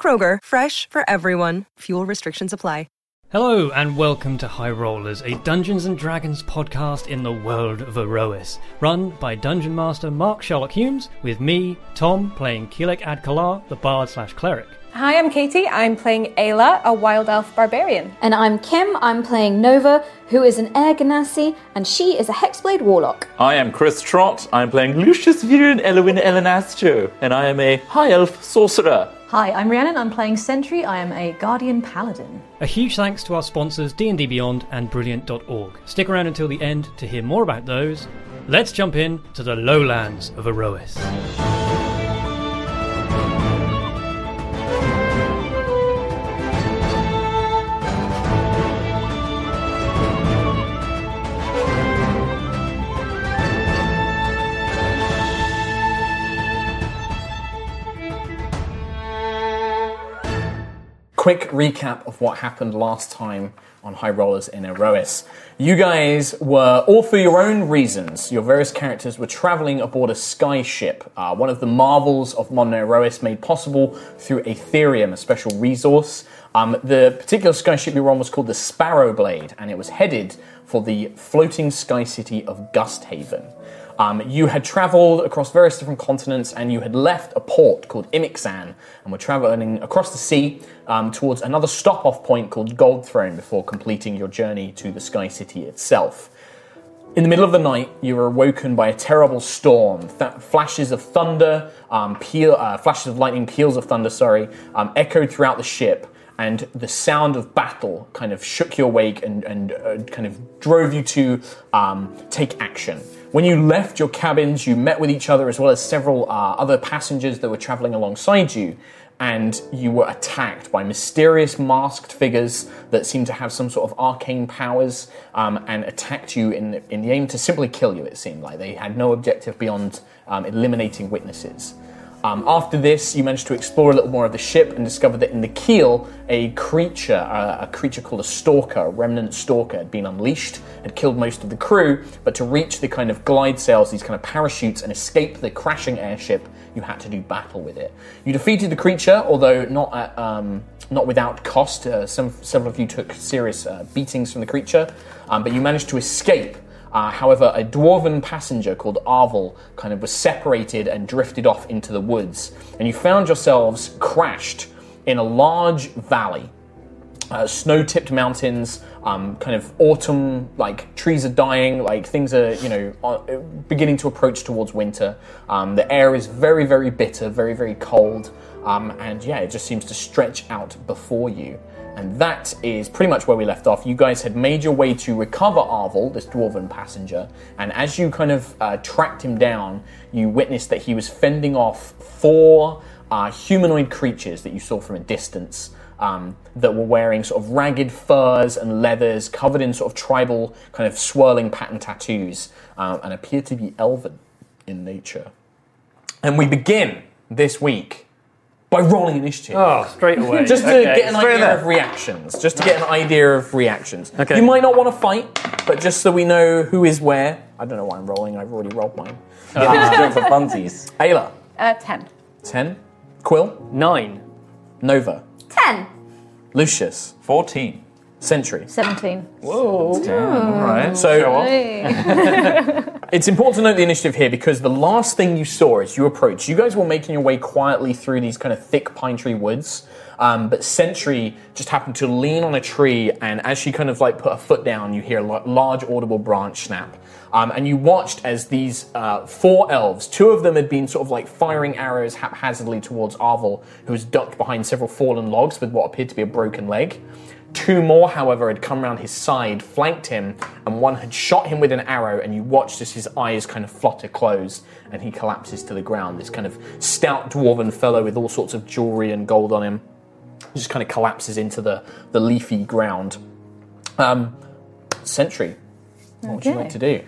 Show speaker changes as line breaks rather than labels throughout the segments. Kroger, fresh for everyone. Fuel restrictions apply.
Hello and welcome to High Rollers, a Dungeons and Dragons podcast in the world of Erois, run by Dungeon Master Mark Sherlock Humes, with me, Tom, playing Keelek Adkalar, the bard slash cleric.
Hi, I'm Katie. I'm playing Ayla, a wild elf barbarian.
And I'm Kim. I'm playing Nova, who is an Air Ganassi, and she is a Hexblade Warlock.
I am Chris Trott. I'm playing Lucius Viren Elwin Elenastro, and I am a High Elf Sorcerer.
Ah.
Hi, I'm Rhiannon. I'm playing Sentry. I am a Guardian Paladin.
A huge thanks to our sponsors D&D Beyond and Brilliant.org. Stick around until the end to hear more about those. Let's jump in to the lowlands of Erois.
quick recap of what happened last time on High Rollers in Erois. You guys were, all for your own reasons, your various characters were traveling aboard a sky ship, uh, one of the marvels of modern Erois made possible through Aetherium, a special resource. Um, the particular sky ship you were on was called the Sparrow Blade, and it was headed for the floating sky city of Gusthaven. Um, you had traveled across various different continents and you had left a port called Imixan and were traveling across the sea um, towards another stop off point called Gold Throne before completing your journey to the Sky City itself. In the middle of the night, you were awoken by a terrible storm. Th- flashes of thunder, um, peel, uh, flashes of lightning, peals of thunder, sorry, um, echoed throughout the ship, and the sound of battle kind of shook you awake and, and uh, kind of drove you to um, take action. When you left your cabins, you met with each other as well as several uh, other passengers that were traveling alongside you, and you were attacked by mysterious masked figures that seemed to have some sort of arcane powers um, and attacked you in, in the aim to simply kill you, it seemed like. They had no objective beyond um, eliminating witnesses. Um, after this, you managed to explore a little more of the ship and discovered that in the keel, a creature, uh, a creature called a stalker, a remnant stalker, had been unleashed, had killed most of the crew. But to reach the kind of glide sails, these kind of parachutes, and escape the crashing airship, you had to do battle with it. You defeated the creature, although not at, um, not without cost. Uh, some several of you took serious uh, beatings from the creature, um, but you managed to escape. Uh, however, a dwarven passenger called Arvel kind of was separated and drifted off into the woods, and you found yourselves crashed in a large valley. Uh, snow-tipped mountains, um, kind of autumn, like trees are dying, like things are, you know, uh, beginning to approach towards winter. Um, the air is very, very bitter, very, very cold, um, and yeah, it just seems to stretch out before you. And that is pretty much where we left off. You guys had made your way to recover Arvel, this dwarven passenger, and as you kind of uh, tracked him down, you witnessed that he was fending off four uh, humanoid creatures that you saw from a distance. Um, that were wearing sort of ragged furs and leathers, covered in sort of tribal kind of swirling pattern tattoos, um, and appeared to be elven in nature. And we begin this week by rolling initiative.
Oh, straight away.
Just to get an
straight
idea
there.
of reactions. Just to get an idea of reactions.
Okay.
You might not want to fight, but just so we know who is where. I don't know why I'm rolling. I've already rolled mine.
Jump for funsies.
Ayla,
Uh, 10.
ten. Quill,
Nine.
Nova,
Ten.
Lucius,
14.
Sentry.
17.
All right.
So
Hey.
It's important to note the initiative here because the last thing you saw as you approached, you guys were making your way quietly through these kind of thick pine tree woods. Um, but Sentry just happened to lean on a tree, and as she kind of like put her foot down, you hear a la- large audible branch snap. Um, and you watched as these uh, four elves, two of them had been sort of like firing arrows haphazardly towards Arvel, who was ducked behind several fallen logs with what appeared to be a broken leg. Two more, however, had come round his side, flanked him, and one had shot him with an arrow, and you watched as his eyes kind of flutter close and he collapses to the ground. This kind of stout dwarven fellow with all sorts of jewelry and gold on him. just kind of collapses into the, the leafy ground. Um, Sentry, what would you like
Okay.
to do?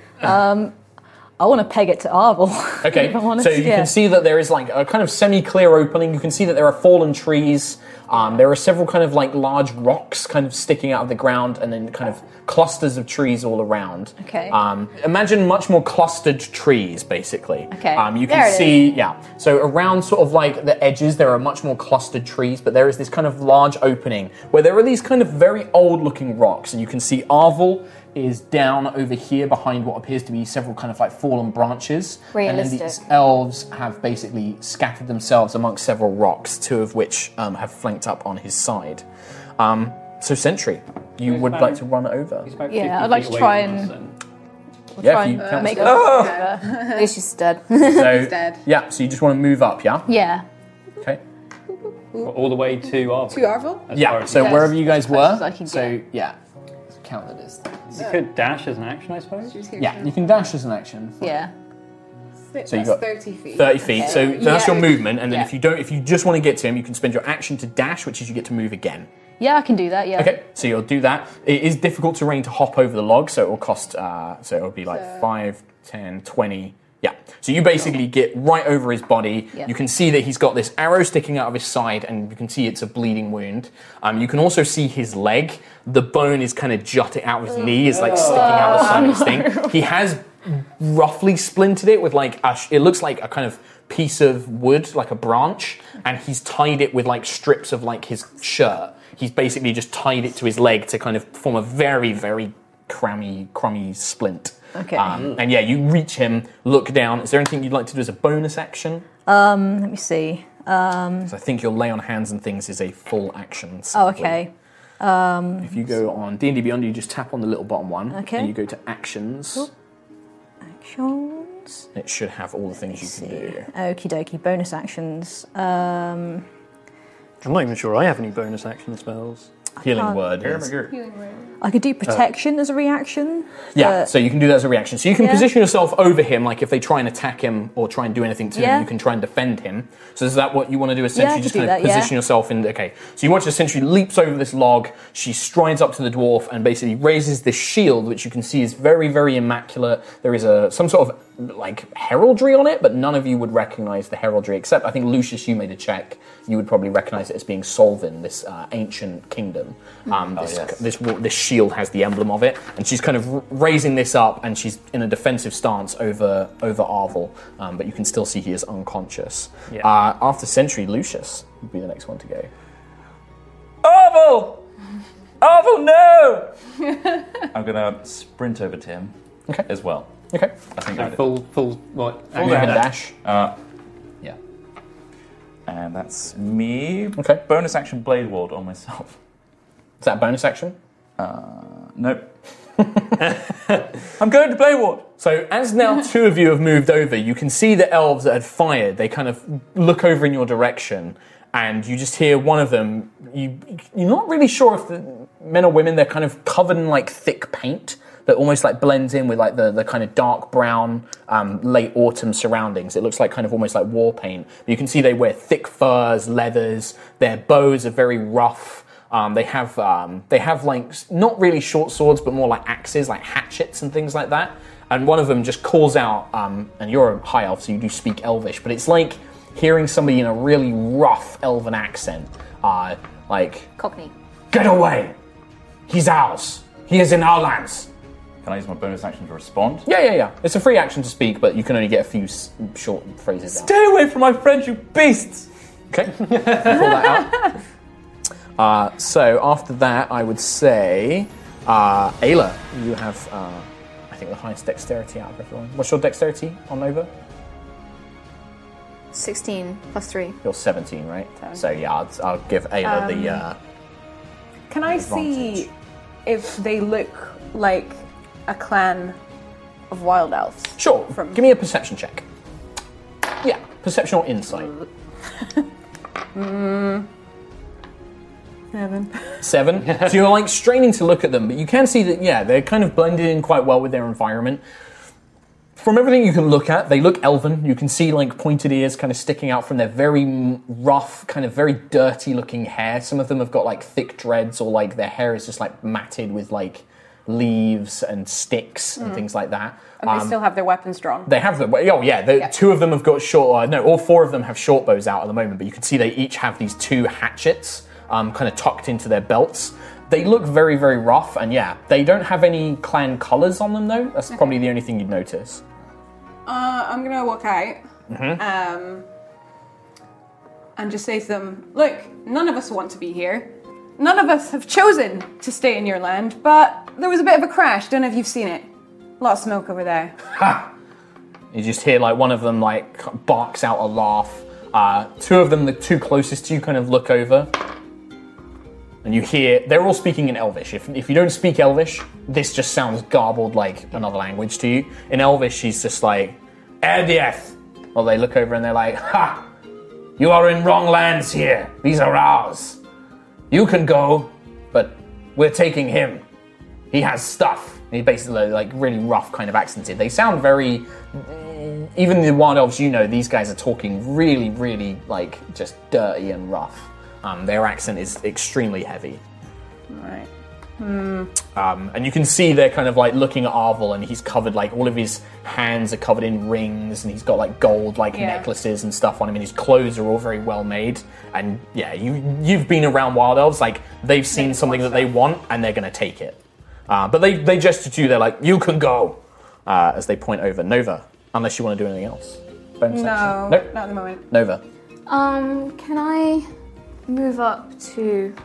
I want to peg it to Arvel.
Okay,
if I'm honest,
so you
yeah.
can see that there is like a kind of semi-clear opening. You can see that there are fallen trees. Um, there are several kind of like large rocks kind of sticking out of the ground, and then kind of clusters of trees all around.
Okay.
Um, imagine much more clustered trees, basically.
Okay.
Um, you
There
can
it
see, yeah. So around sort of like the edges, there are much more clustered trees, but there is this kind of large opening where there are these kind of very old-looking rocks, and you can see Arvel is down over here behind what appears to be several kind of like fallen branches. And then these
Realistic.
elves have basically scattered themselves amongst several rocks, two of which um, have flanked up on his side. Um, so Sentry, you would like to run over.
Yeah, I'd like to try and
Yeah,
try
if
and uh,
you count
make
to-
a
At least she's stud.
Oh. so,
dead.
Yeah, so you just want to move up, yeah?
yeah.
Okay.
All the way to Arvel.
To Arvel?
As far
Yeah,
as
so
you-
wherever you guys
close
were,
as I can
so yeah, count that as.
you could dash as an action, I suppose.
Who's here?
Yeah, you can dash as an action.
Yeah.
That's
So you got
30 feet.
30 feet. So that's
Yeah.
your movement, and then
Yeah.
if you don't, if you just want to get to him, you can spend your action to dash, which is you get to move again.
Yeah, I can do that, yeah.
Okay, so you'll do that. It is difficult terrain to hop over the log, so it will cost, uh, so it will be like five, ten, twenty. Yeah. So you basically get right over his body.
Yeah.
You can see that he's got this arrow sticking out of his side, and you can see it's a bleeding wound. Um, you can also see his leg. The bone is kind of jutting out of his knee, is like sticking out the side of his
Oh,
thing. He has roughly splintered it with like a, sh- it looks like a kind of piece of wood, like a branch, and he's tied it with like strips of like his shirt. He's basically just tied it to his leg to kind of form a very, very crummy, crummy splint.
Okay.
Um, and yeah, you reach him, look down. Is there anything you'd like to do as a bonus action?
Let me see.
'Cause I think your lay on hands and things is a full action.
Oh,
separately.
okay. Um,
If you go on D and D Beyond, you just tap on the little bottom one.
Okay.
And you go to actions.
Actions.
It should have all the things you can do.
Okie dokie, bonus actions. Um,
I'm not even sure I have any bonus action spells.
Healing word. is-
I could do protection as a reaction.
Yeah,
Uh,
so you can do that as a reaction. So you can
Yeah.
position yourself over him, like if they try and attack him or try and do anything to
Yeah.
him, you can try and defend him. So is that what you want to do? Essentially,
I
just
could do
kind of
that, yeah.
position yourself in. Okay, so you watch the sentry leaps over this log. She strides up to the dwarf and basically raises this shield, which you can see is very, very immaculate. There is a some sort of like heraldry on it, but none of you would recognize the heraldry except I think Lucius, you made a check. You would probably recognize it as being Solvin, this uh, ancient kingdom. Um, this,
yes.
this wa- this shield has the emblem of it, and she's kind of r- raising this up, and she's in a defensive stance over over Arvel, um, but you can still see he is unconscious.
Yeah.
Uh, after Sentry, Lucius would be the next one to go.
Arvel! Arvel, no! I'm gonna sprint over to him
Okay.
as well.
Okay.
I think I did.
Full, full, what?
You
action?
can dash.
Yeah. And that's me.
Okay.
Bonus action Blade Ward on myself.
Is that a bonus action?
Nope. I'm going to Blade Ward!
So as now two of you have moved over, you can see the elves that had fired. They kind of look over in your direction, and you just hear one of them. You you're not really sure if the men or women. They're kind of covered in like thick paint that almost like blends in with like the, the kind of dark brown um, late autumn surroundings. It looks like kind of almost like war paint. But you can see they wear thick furs, leathers. Their bows are very rough. Um, they have um, they have like s- not really short swords, but more like axes, like hatchets and things like that. And one of them just calls out, um, and you're a high elf, so you do speak Elvish, but it's like hearing somebody in a really rough Elven accent, uh, like
Cockney.
"Get away! He's ours. He is in our lands."
Can I use my bonus action to respond?
Yeah, yeah, yeah. It's a free action to speak, but you can only get a few s- short phrases. out.
Stay away from my friends, you beasts!
Okay. Pull that out. Uh, so after that, I would say, uh, Ayla, you have, uh, I think, the highest dexterity out of everyone. What's your dexterity on Nova?
16 plus 3.
You're 17, right? So yeah, I'll, I'll give Ayla the. Uh,
Can Um, I see if they look like a clan of wild elves?
sure.
From-
Give me a perception check. Yeah, perception or insight.
Mm. Seven.
Seven. so you're like straining to look at them, but you can see that yeah, they're kind of blended in quite well with their environment. From everything you can look at, they look elven. You can see like pointed ears kind of sticking out from their very m- rough, kind of very dirty looking hair. Some of them have got like thick dreads or like their hair is just like matted with like leaves and sticks and things like that.
Mm. And they still have their weapons drawn.
They have them. Oh yeah, the, two of them have got short. Uh, no, all four of them have short bows out at the moment. But you can see they each have these two hatchets, um, kind of tucked into their belts. They look very, very rough, and yeah, they don't have any clan colours on them though. That's probably the only thing you'd notice.
Uh, I'm gonna walk out um, and just say to them, "Look, none of us want to be here. None of us have chosen to stay in your land, but there was a bit of a crash. Don't know if you've seen it. A lot of smoke over there.
You just hear like one of them like barks out a laugh. Uh, two of them, the two closest to you, kind of look over, and you hear they're all speaking in Elvish. If, if you don't speak Elvish, this just sounds garbled like another language to you. In Elvish, she's just like Erdieth. Well, they look over and they're like, "Ha! You are in wrong lands here. These are ours. You can go, but we're taking him." he has stuff. And he basically like really rough kind of accented. They sound very mm, even the wild elves you know, these guys are talking really, really like just dirty and rough. Um, their accent is extremely heavy.
Right.
Um, and you can see they're kind of like looking at Arvel, and he's covered like all of his hands are covered in rings, and he's got like gold like
Yeah.
necklaces and stuff on him, and his clothes are all very well made. And yeah, you you've been around wild elves, like they've seen something that they want, and they're gonna take it. Uh, but they they gesture to you, they're like, "You can go," uh, as they point over Nova, unless you want to do anything else. Bonus
No,
action. Nope.
not at the moment.
Nova.
Um, can I move up to?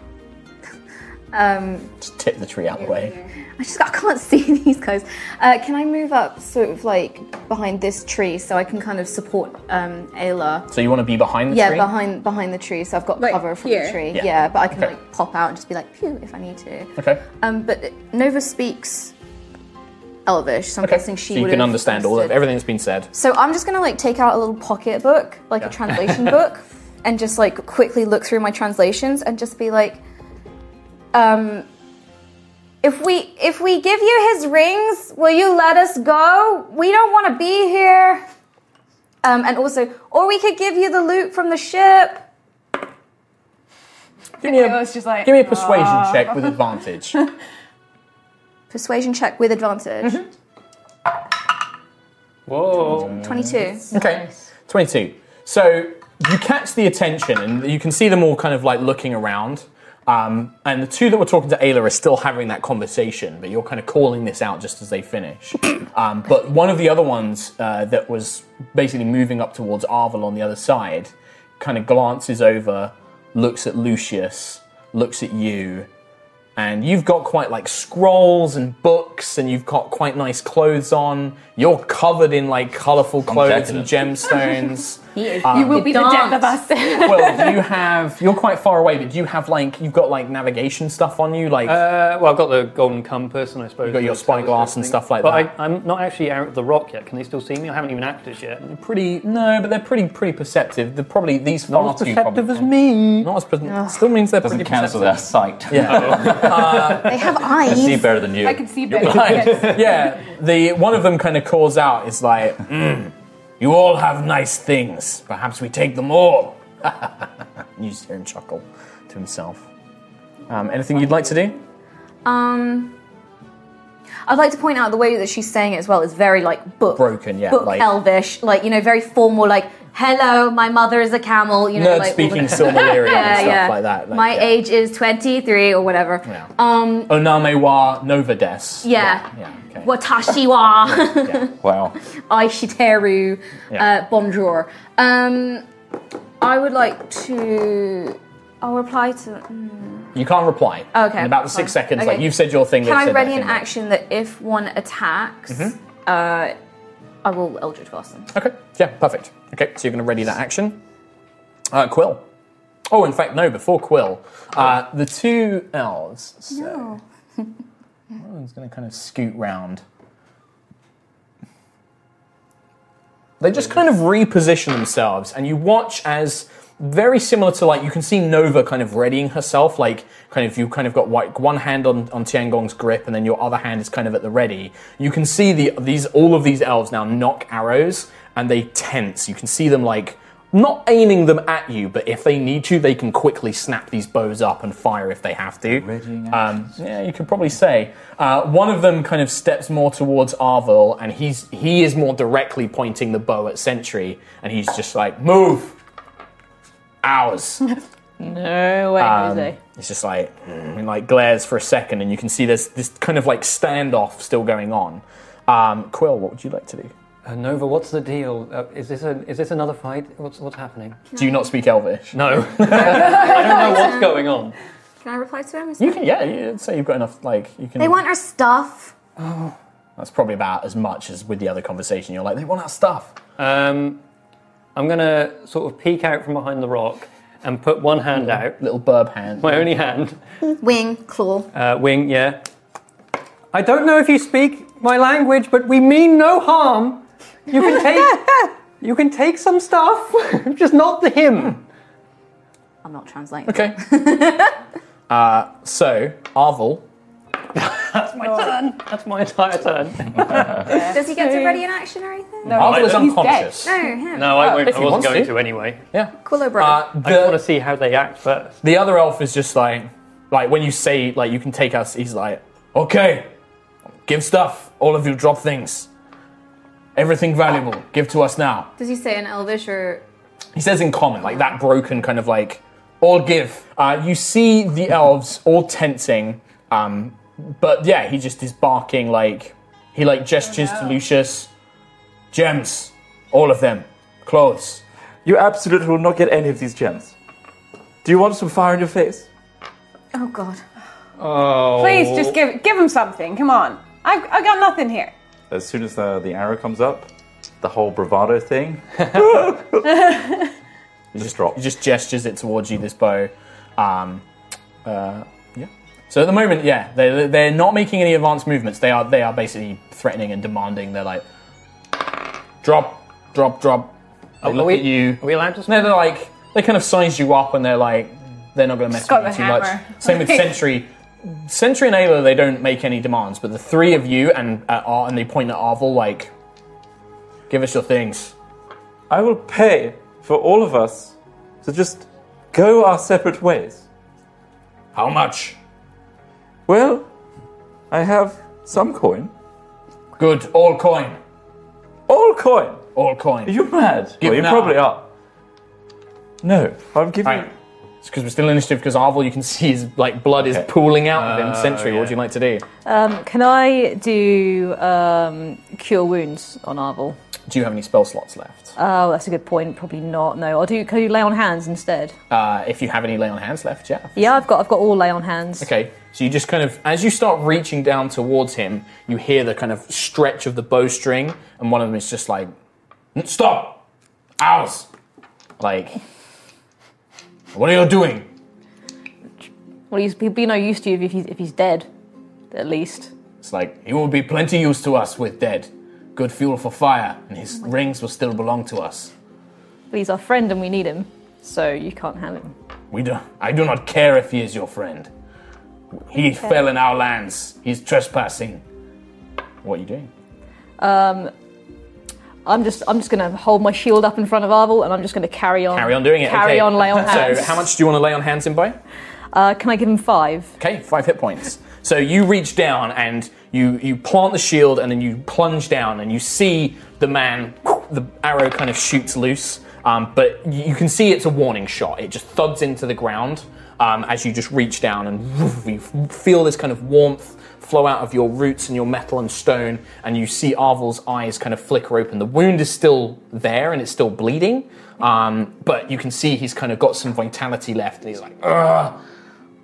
Um,
Just tip the tree out of the way.
I just I can't see these guys. Uh, can I move up sort of like behind this tree so I can kind of support um, Ayla?
So you want to be behind the
Yeah,
tree?
behind behind the tree, so I've got
Like
cover from
here?
the tree.
Yeah.
Yeah, but I can
Okay.
like pop out and just be like pew if I need to.
Okay.
Um, but Nova speaks Elvish, so I'm guessing she.
so you
would
can
have
understand all of
understood.
everything that's been said.
So I'm just gonna like take out a little pocket book, like
Yeah.
a translation book, and just like quickly look through my translations and just be like, um, if we if we give you his rings, will you let us go? We don't want to be here. Um, and also, or we could give you the loot from the ship.
Give me a,
Ayla's just like,
give me a persuasion check with advantage.
Persuasion check with advantage.
Whoa.
Twenty-two.
Mm. Okay. 22. So you catch the attention, and you can see them all kind of like looking around. Um, and the two that were talking to Ayla are still having that conversation, but you're kind of calling this out just as they finish. Um, but one of the other ones uh, that was basically moving up towards Arvel on the other side kind of glances over, looks at Lucius, looks at you, and you've got quite like scrolls and books, and you've got quite nice clothes on. You're covered in like colorful clothes and gemstones.
you will be the death of us.
well, you have. You're quite far away, but you have like you've got like navigation stuff on you, like
Uh, well, I've got the golden compass, and I suppose
You've got your
the
spyglass and
telescope
stuff like
but
that.
I, I'm not actually out at the rock yet. Can they still see me? I haven't even acted yet.
pretty. No, but they're pretty pretty perceptive. They're probably these far
Not as
too
perceptive
probably-
as me.
Not as perceptive. Still means they're
Doesn't
pretty
cancel their
perceptive.
sight.
They have
I see
eyes.
better than you.
I can see better.
yeah, the one of them kind of calls out. It's like, "Mm, you all have nice things. Perhaps we take them all. you just hear him chuckle to himself. Um, anything you'd like to do?
Um, I'd like to point out the way that she's saying it as well is very like book
Broken, yeah,
book
like-
elvish, like you know, very formal, like "Hello, my mother is a camel," you know,
Nerd
like all
speaking
the-
Silmarillion
Yeah,
and stuff
yeah.
like that. Like,
my
yeah.
age is twenty three or whatever.
Yeah.
Um,
Oname wa Novades.
yeah.
Yeah, okay.
Watashi wa
Wow.
Aishiteru
Yeah.
uh, Bonjour. Um, I would like to. I'll reply to.
You can't reply.
Okay,
In about the six
fine.
seconds, like
Okay.
you've said your thing.
Can
they've
I
said
ready
their
an
thing. Mm-hmm.
action that if one attacks, uh, I will Eldritch Blast them?
Okay. Yeah. Perfect. Okay. So you're going to ready that action. Uh, Quill. Oh, in fact, no. Before Quill, uh, the two elves. So
No.
one's going to kind of scoot round. They just kind of reposition themselves, and you watch as very similar to like you can see Nova kind of readying herself, like kind of you kind of got like one hand on on Tiangong's grip, and then your other hand is kind of at the ready. You can see the these all of these elves now knock arrows and they tense. You can see them like not aiming them at you, but if they need to, they can quickly snap these bows up and fire if they have to. Um, yeah, you could probably say uh, one of them kind of steps more towards Arvel, and he's he is more directly pointing the bow at Sentry, and he's just like move ours.
No way,
Um,
Jose.
It's just like mm, and like glares for a second, and you can see there's this kind of like standoff still going on. Um, Quill, what would you like to do?
Uh, Nova, what's the deal? Uh, is this a, is this another fight? What's what's happening?
Do you not speak Elvish?
No, I don't know what's going on.
Can I reply to him?
You can, yeah. You, so you've got enough. Like you can.
They want our stuff.
That's probably about as much as with the other conversation. You're like, they want our stuff.
Um, I'm gonna sort of peek out from behind the rock and put one hand out,
Little burb hand.
my only hand,
Wing, claw.
uh, wing. Yeah. I don't know if you speak my language, but we mean no harm. You can take you can take some stuff, just not the him.
I'm not translating.
Okay. uh, so
Oh,
Arvel,
That's my turn. That's my entire turn.
Does he get to ready in action or anything? No,
Arvel is
he's dead.
unconscious.
him.
No, I, won't,
if
I
he
wasn't
wants
going
to.
to anyway.
Yeah.
Quillibro.
Uh,
I just want
the,
to see how they act first.
the other elf is just like, like when you say like you can take us. He's like, okay, give stuff. All of you drop things. Everything valuable, give to us now.
Does he say in Elvish or?
he says in common, like that broken kind of like, all give. Uh, you see the elves all tensing, um, but yeah, he just is barking like, he like gestures to Lucius, gems, all of them, clothes.
You absolutely will not get any of these gems. Do you want some fire in your face?
Oh God.
Oh,
Please just give give him something. Come on. I've I got nothing here.
As soon as the, the arrow comes up, the whole bravado thing. just drop.
He just gestures it towards you, this bow. Um, uh, yeah. So at the moment, yeah, they they're not making any advanced movements. They are they are basically threatening and demanding. They're like, drop, drop, drop. They look
are we-
at you.
are we allowed to
No, they're like they kind of size you up, and they're like they're not going to mess
got
with you
the
too much.
hammer.
Same with Sentry. Sentry and Ayla, they don't make any demands, but the three of you and uh, Ar- and they point at Arvel like, give us your things.
I will pay for all of us to just go our separate ways.
How much?
Well, I have some coin.
Good. All coin.
All coin!
All coin.
Are you mad?
Give
well, you
now.
probably are. No, I'm giving.
Right. Mm. It's because we're still in initiative because Arvel, you can see his like blood is
Okay.
pooling out of him. Sentry, what would you like to do?
Um, can I do um, cure wounds on Arvel?
Do you have any spell slots left? Uh,
Oh, that's a good point. Probably not. No, I'll do. Can you lay on hands instead?
Uh, if you have any lay on hands left, yeah.
Yeah, I've got. I've got all lay on hands.
Okay. So you just kind of, as you start reaching down towards him, you hear the kind of stretch of the bowstring, and one of them is just like, "N- "Stop, ours!" Like, what are you doing?
Well, he's, he'd be no use to you if he's if he's dead, at least.
It's like he will be plenty use to us with dead, good fuel for fire, and his rings will still belong to us.
But he's our friend and we need him, so you can't have him.
We do, I do not care if he is your friend. He fell in our lands. He's trespassing. What are you doing?
Um, I'm just I'm just gonna hold my shield up in front of Arvel and I'm just gonna carry on.
Carry on doing it.
Carry
okay.
on, lay on hands.
So, how much do you want to lay on hands in by?
Uh, can I give him five?
Okay, five hit points. So you reach down and you you plant the shield and then you plunge down and you see the man. The arrow kind of shoots loose, um, but you you can see it's a warning shot. It just thuds into the ground um, as you just reach down and woof, you feel this kind of warmth flow out of your roots and your metal and stone, and you see Arvel's eyes kind of flicker open. The wound is still there and it's still bleeding, um, but you can see he's kind of got some vitality left, and he's like, ugh.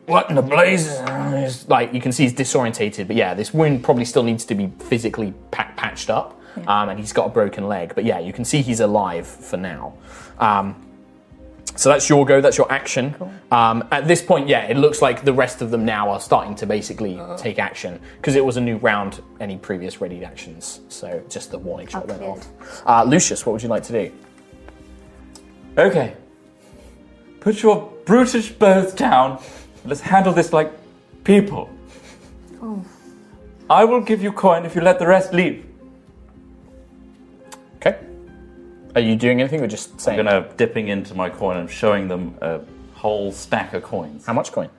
What in the blazes? It's Like you can see he's disorientated, but yeah, this wound probably still needs to be physically pa- patched up, um, and he's got a broken leg. But yeah, you can see he's alive for now. Um, so that's your go. That's your action. Um, at this point, yeah, it looks like the rest of them now are starting to basically take action because it was a new round. Any previous ready actions, so just the warning shot went
cleared.
off. Uh, Lucius, what would you like to do?
Okay. Put your brutish birds down. Let's handle this like people.
Oh.
I will give you coin if you let the rest leave.
Okay. Are you doing anything or just saying?
I'm gonna dipping into my coin and showing them a whole stack of coins. How
much coin?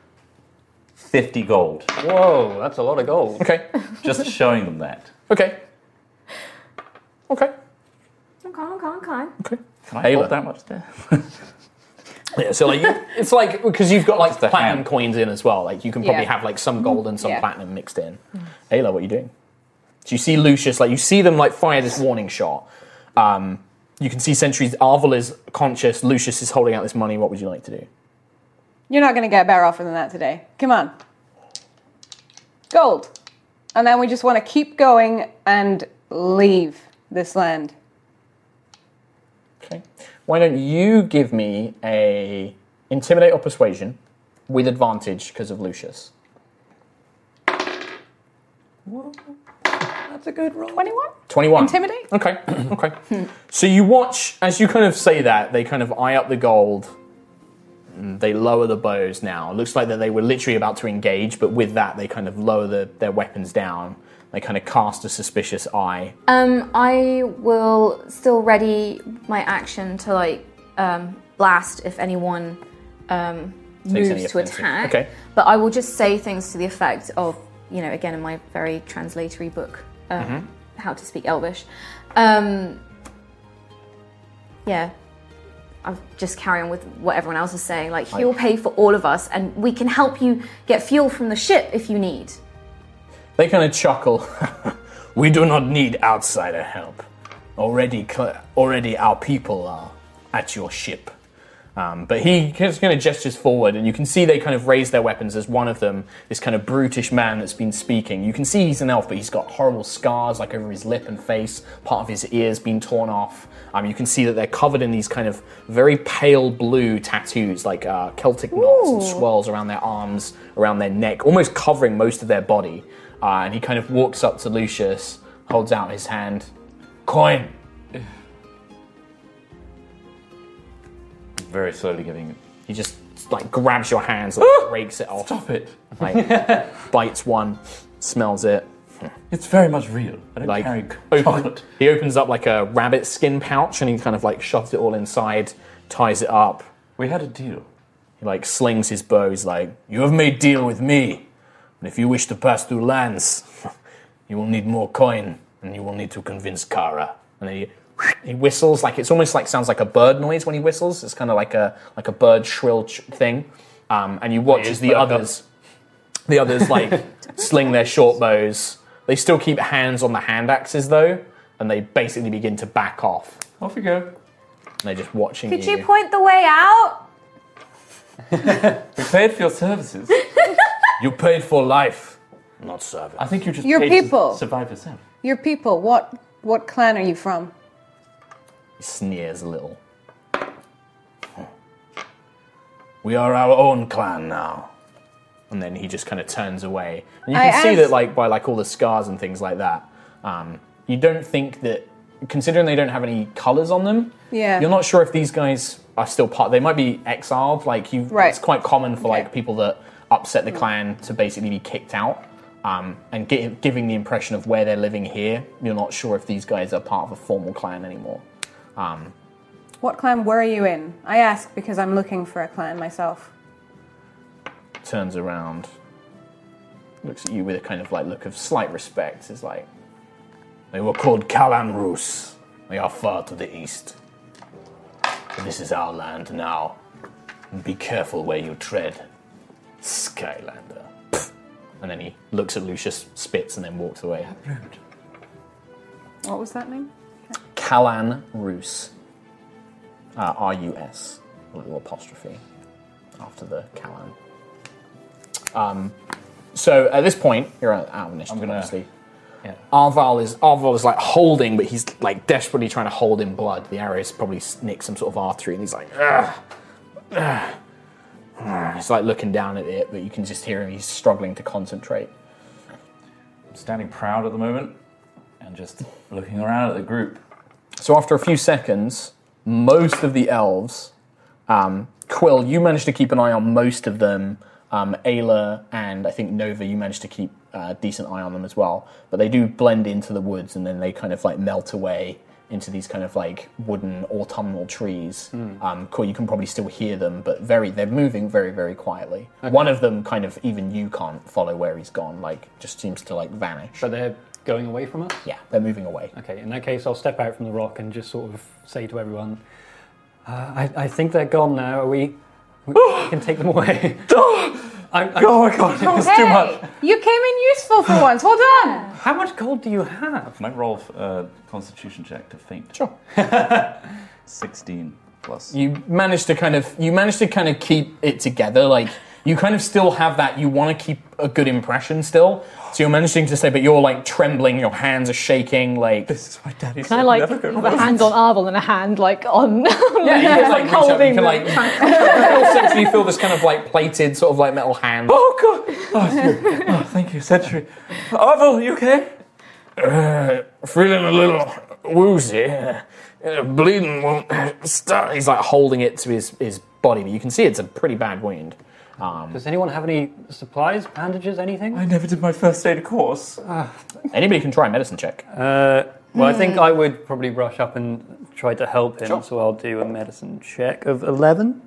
Fifty gold.
Whoa, that's a lot of gold. Okay.
Just showing them that.
Okay. Okay.
Okay, okay, okay.
Okay.
Can I
Ayla.
hold that much there?
Yeah, so like you- it's like because you've got like
the
platinum
hand.
coins in as well. Like you can probably
Yeah.
have like some gold and some
Yeah.
platinum mixed in. Ayla, what are you doing? So you see Lucius, like you see them like fire this warning shot. Um, you can see sentries. Arvel is conscious. Lucius is holding out this money. What would you like to do?
You're not going to get a better offer than that today. Come on. Gold. And then we just want to keep going and leave this land.
Okay. Why don't you give me a intimidate or persuasion with advantage because of Lucius?
That's a good roll.
21?
21.
Intimidate?
Okay, okay. so you watch, as you kind of say that, they kind of eye up the gold. and They lower the bows now. It looks like that they were literally about to engage, but with that, they kind of lower the, their weapons down. They kind of cast a suspicious eye.
Um, I will still ready my action to like um, blast if anyone um,
Takes any
moves to
offensive.
attack.
Okay.
But I will just say things to the effect of, you know, again in my very translatory book, um,
Mhm.
how to speak Elvish. Um, yeah. I'll just carry on with what everyone else is saying. Like,
I-
he will pay for all of us, and we can help you get fuel from the ship if you need.
They kind of chuckle. we do not need outsider help. Already, cl- already our people are at your ship. Um, but he just kind of gestures forward, and you can see they kind of raise their weapons as one of them, this kind of brutish man that's been speaking. You can see he's an elf, but he's got horrible scars like over his lip and face, part of his ears been torn off. Um, you can see that they're covered in these kind of very pale blue tattoos, like uh, Celtic knots and
Ooh.
swirls around their arms, around their neck, almost covering most of their body. Uh, and he kind of walks up to Lucius, holds out his hand. Coin!
Very slowly giving it.
He just like grabs your hands, like breaks it off. Stop
it!
Like bites one, smells it.
It's very much real. I don't
Like,
carry
open, he opens up like a rabbit skin pouch and he kind of like shoves it all inside, ties it up.
We had a deal.
He like slings his bow. He's like, "You have made deal with me, and if you wish to pass through lands, you will need more coin, and you will need to convince Kara." And then he he whistles like it's almost like sounds like a bird noise when he whistles. It's kind of like a like a bird shrill ch- thing. Um, and you watch as the others, the others like sling their short bows. They still keep hands on the hand axes though, and they basically begin to back off.
Off you go.
And they're just watching
Could you point the way out?
We paid for your services.
you paid for life, not service.
I think you just
Your
paid to
people.
survive yourself.
Your people, what what clan are you from?
He sneers a little. We are our own clan now. And then he just kind of turns away. And you
I
can see
asked-
that, like, by like all the scars and things like that. Um, you don't think that, considering they don't have any colors on them,
Yeah.
you're not sure if these guys are still part. They might be exiled. Like you,
Right.
it's quite common for like people that upset the clan to basically be kicked out. Um, and gi- giving the impression of where they're living here, you're not sure if these guys are part of a formal clan anymore. Um,
What clan were you in? I ask because I'm looking for a clan myself.
turns around, looks at you with a kind of like look of slight respect. Is like, they were called Kalan Rus. They are far to the east. But this is our land now. Be careful where you tread, Skylander. Pfft. And then he looks at Lucius, spits, and then walks away.
What was that name?
Kalan Rus. Uh, R U S. A little apostrophe after the Kalan. Um, so at this point, you're out out of initiative, obviously. Arval is Arval is like holding, but he's like desperately trying to hold in blood. The arrow is probably nicked some sort of artery, and he's like, Ugh, ugh, ugh." he's like looking down at it, but you can just hear him. He's struggling to concentrate.
I'm standing proud at the moment and just looking around at the group.
So after a few seconds, most of the elves um, Quill, you managed to keep an eye on most of them. Um, Ayla and I think Nova, you managed to keep a decent eye on them as well. But they do blend into the woods and then they kind of like melt away into these kind of like wooden autumnal trees.
Hmm.
Um, Quill, you can probably still hear them, but very they're moving very very quietly. One of them kind of even you can't follow where he's gone. Like just seems to like vanish.
But they're going away from us?
Yeah, they're moving away.
Okay, in that case, I'll step out from the rock and just sort of say to everyone, uh, I, I think they're gone now. Are we, we can take them away. I, I, oh my god,
You came in useful for once. Well done.
How much gold do you have?
Can I roll a uh, constitution check to faint?
Sure.
16 plus.
you manage to kind of you manage to kind of keep it together like you kind of still have that you want to keep a good impression still so you're managing to say but you're like trembling your hands are shaking like this
is my daddy
Can I like have a hand on Arvel and a hand like on?
yeah, you can like reach out, you
holding
can like
them.
you essentially feel this kind of like plated sort of like metal hand.
Oh god! Oh, you- oh, thank you, Sentry. Arvel, you okay?
Uh, feeling a little woozy. Uh, bleeding won't start.
He's like holding it to his his body, but you can see it's a pretty bad wound. Um,
Does anyone have any supplies, bandages, anything?
I never did my first aid course. Uh,
anybody can try a medicine check.
Uh, well, I
Hmm.
think I would probably rush up and try to help him, so I'll do a medicine check of 11.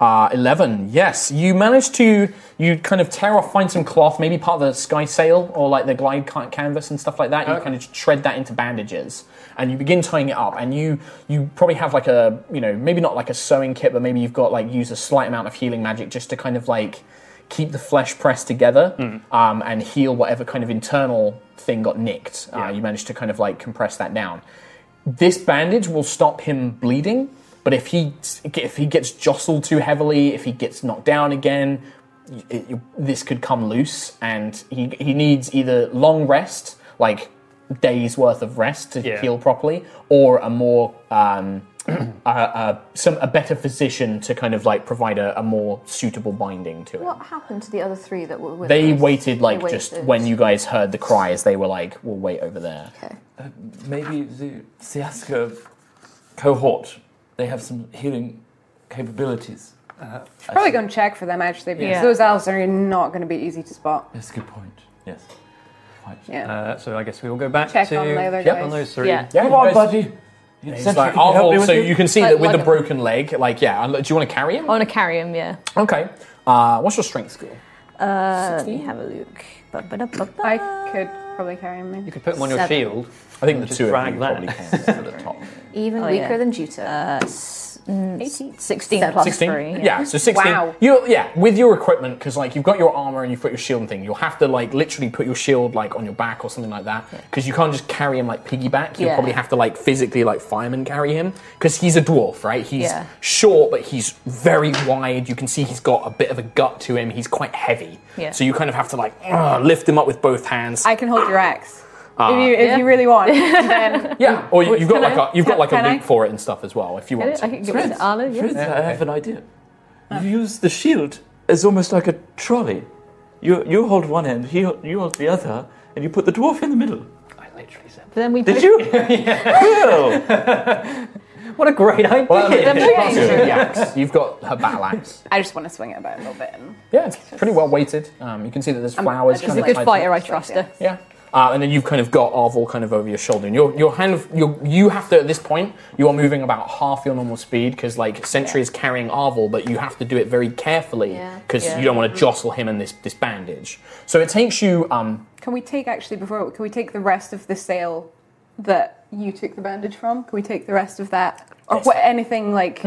Uh, 11, yes. You managed to, you kind of tear off, find some cloth, maybe part of the sky sail or like the glide ca- canvas and stuff like that. You
Okay.
kind of shred that into bandages and you begin tying it up. And you, you probably have like a, you know, maybe not like a sewing kit, but maybe you've got like, use a slight amount of healing magic just to kind of like keep the flesh pressed together um, and heal whatever kind of internal thing got nicked. Uh, you managed to kind of like compress that down this bandage will stop him bleeding, but if he if he gets jostled too heavily, if he gets knocked down again, it, it- this could come loose, and he he needs either long rest, like days worth of rest to heal properly, or a more um, a, a, some a better physician to kind of like provide a, a more suitable binding to it.
What happened to the other three that were with
They
us?
waited like
They
just
waited.
when you guys heard the cries, they were like, "We'll wait over there."
Maybe the Siaska cohort, they have some healing capabilities.
Probably go and check for them actually, because
Yeah.
those elves are not going to be easy to spot.
That's a good point. Yes. Quite.
Yeah.
Uh, so I guess we will go back
Check
to
on the other
Yep,
guys.
on those three.
Yeah.
Yeah,
Come on,
guys-
buddy.
Yeah,
Sentry,
he's like,
can you help
I'll
me
hold,
with
so
this?
you can see
Like,
that with
lug
the
him.
broken leg, like, yeah, and look, do you want to carry
I
him?
Oh.
want to carry him. Yeah.
Okay. Uh, what's your strength score?
Uh, let me have a look. Ba-ba-da-ba-ba.
I could probably carry him in. You
could put him on your
Seven.
shield.
I think the
just
two of you
drag that.
probably can. the top.
Even
Oh,
weaker
yeah.
than Juta.
Uh, s- mm, s- 16 plus
16?
3.
Yeah. so 16.
Wow.
You yeah, with your equipment cuz like you've got your armor and you've got your shield and thing. You'll have to like literally put your shield like on your back or something like that cuz you can't just carry him like piggyback. You'll
Yeah.
probably have to like physically like fireman carry him cuz he's a dwarf, right? He's
Yeah.
short but he's very wide. You can see he's got a bit of a gut to him. He's quite heavy.
Yeah.
So you kind of have to like uh, lift him up with both hands.
I can hold your axe
Uh,
if you if you really want. Then
yeah, or Oh, you- you've got
Can
like
I-
a you've got
can-
like a
can I?
loop for it and stuff as well if you
Get
want.
it?
to.
I can give it to Arlo, yeah.
Friends, I have an idea. You use the shield as almost like a trolley. You you hold one end, he you hold the other, and you put the dwarf in the middle.
Then we
Did you? Cool.
What a great idea!
Well,
Yeah.
yeah.
Yeah.
You've got her battle axe.
I just want to swing it about a little bit. And
Yeah, it's pretty well weighted. Um, you can see that there's
I'm-
flowers.
I
kind
She's a
of
good
tied to
fighter,
it.
I trust her.
Yeah. Uh, and then you've kind of got Arvel kind of over your shoulder, and your your hand your, you have to at this point you are moving about half your normal speed because like Sentry is carrying Arvel, but you have to do it very carefully
Yeah.
because
Yeah.
you don't want to jostle him in this this bandage. So it takes you um,
can we take actually before can we take the rest of the sail that you took the bandage from? Can we take the rest of that or what, anything like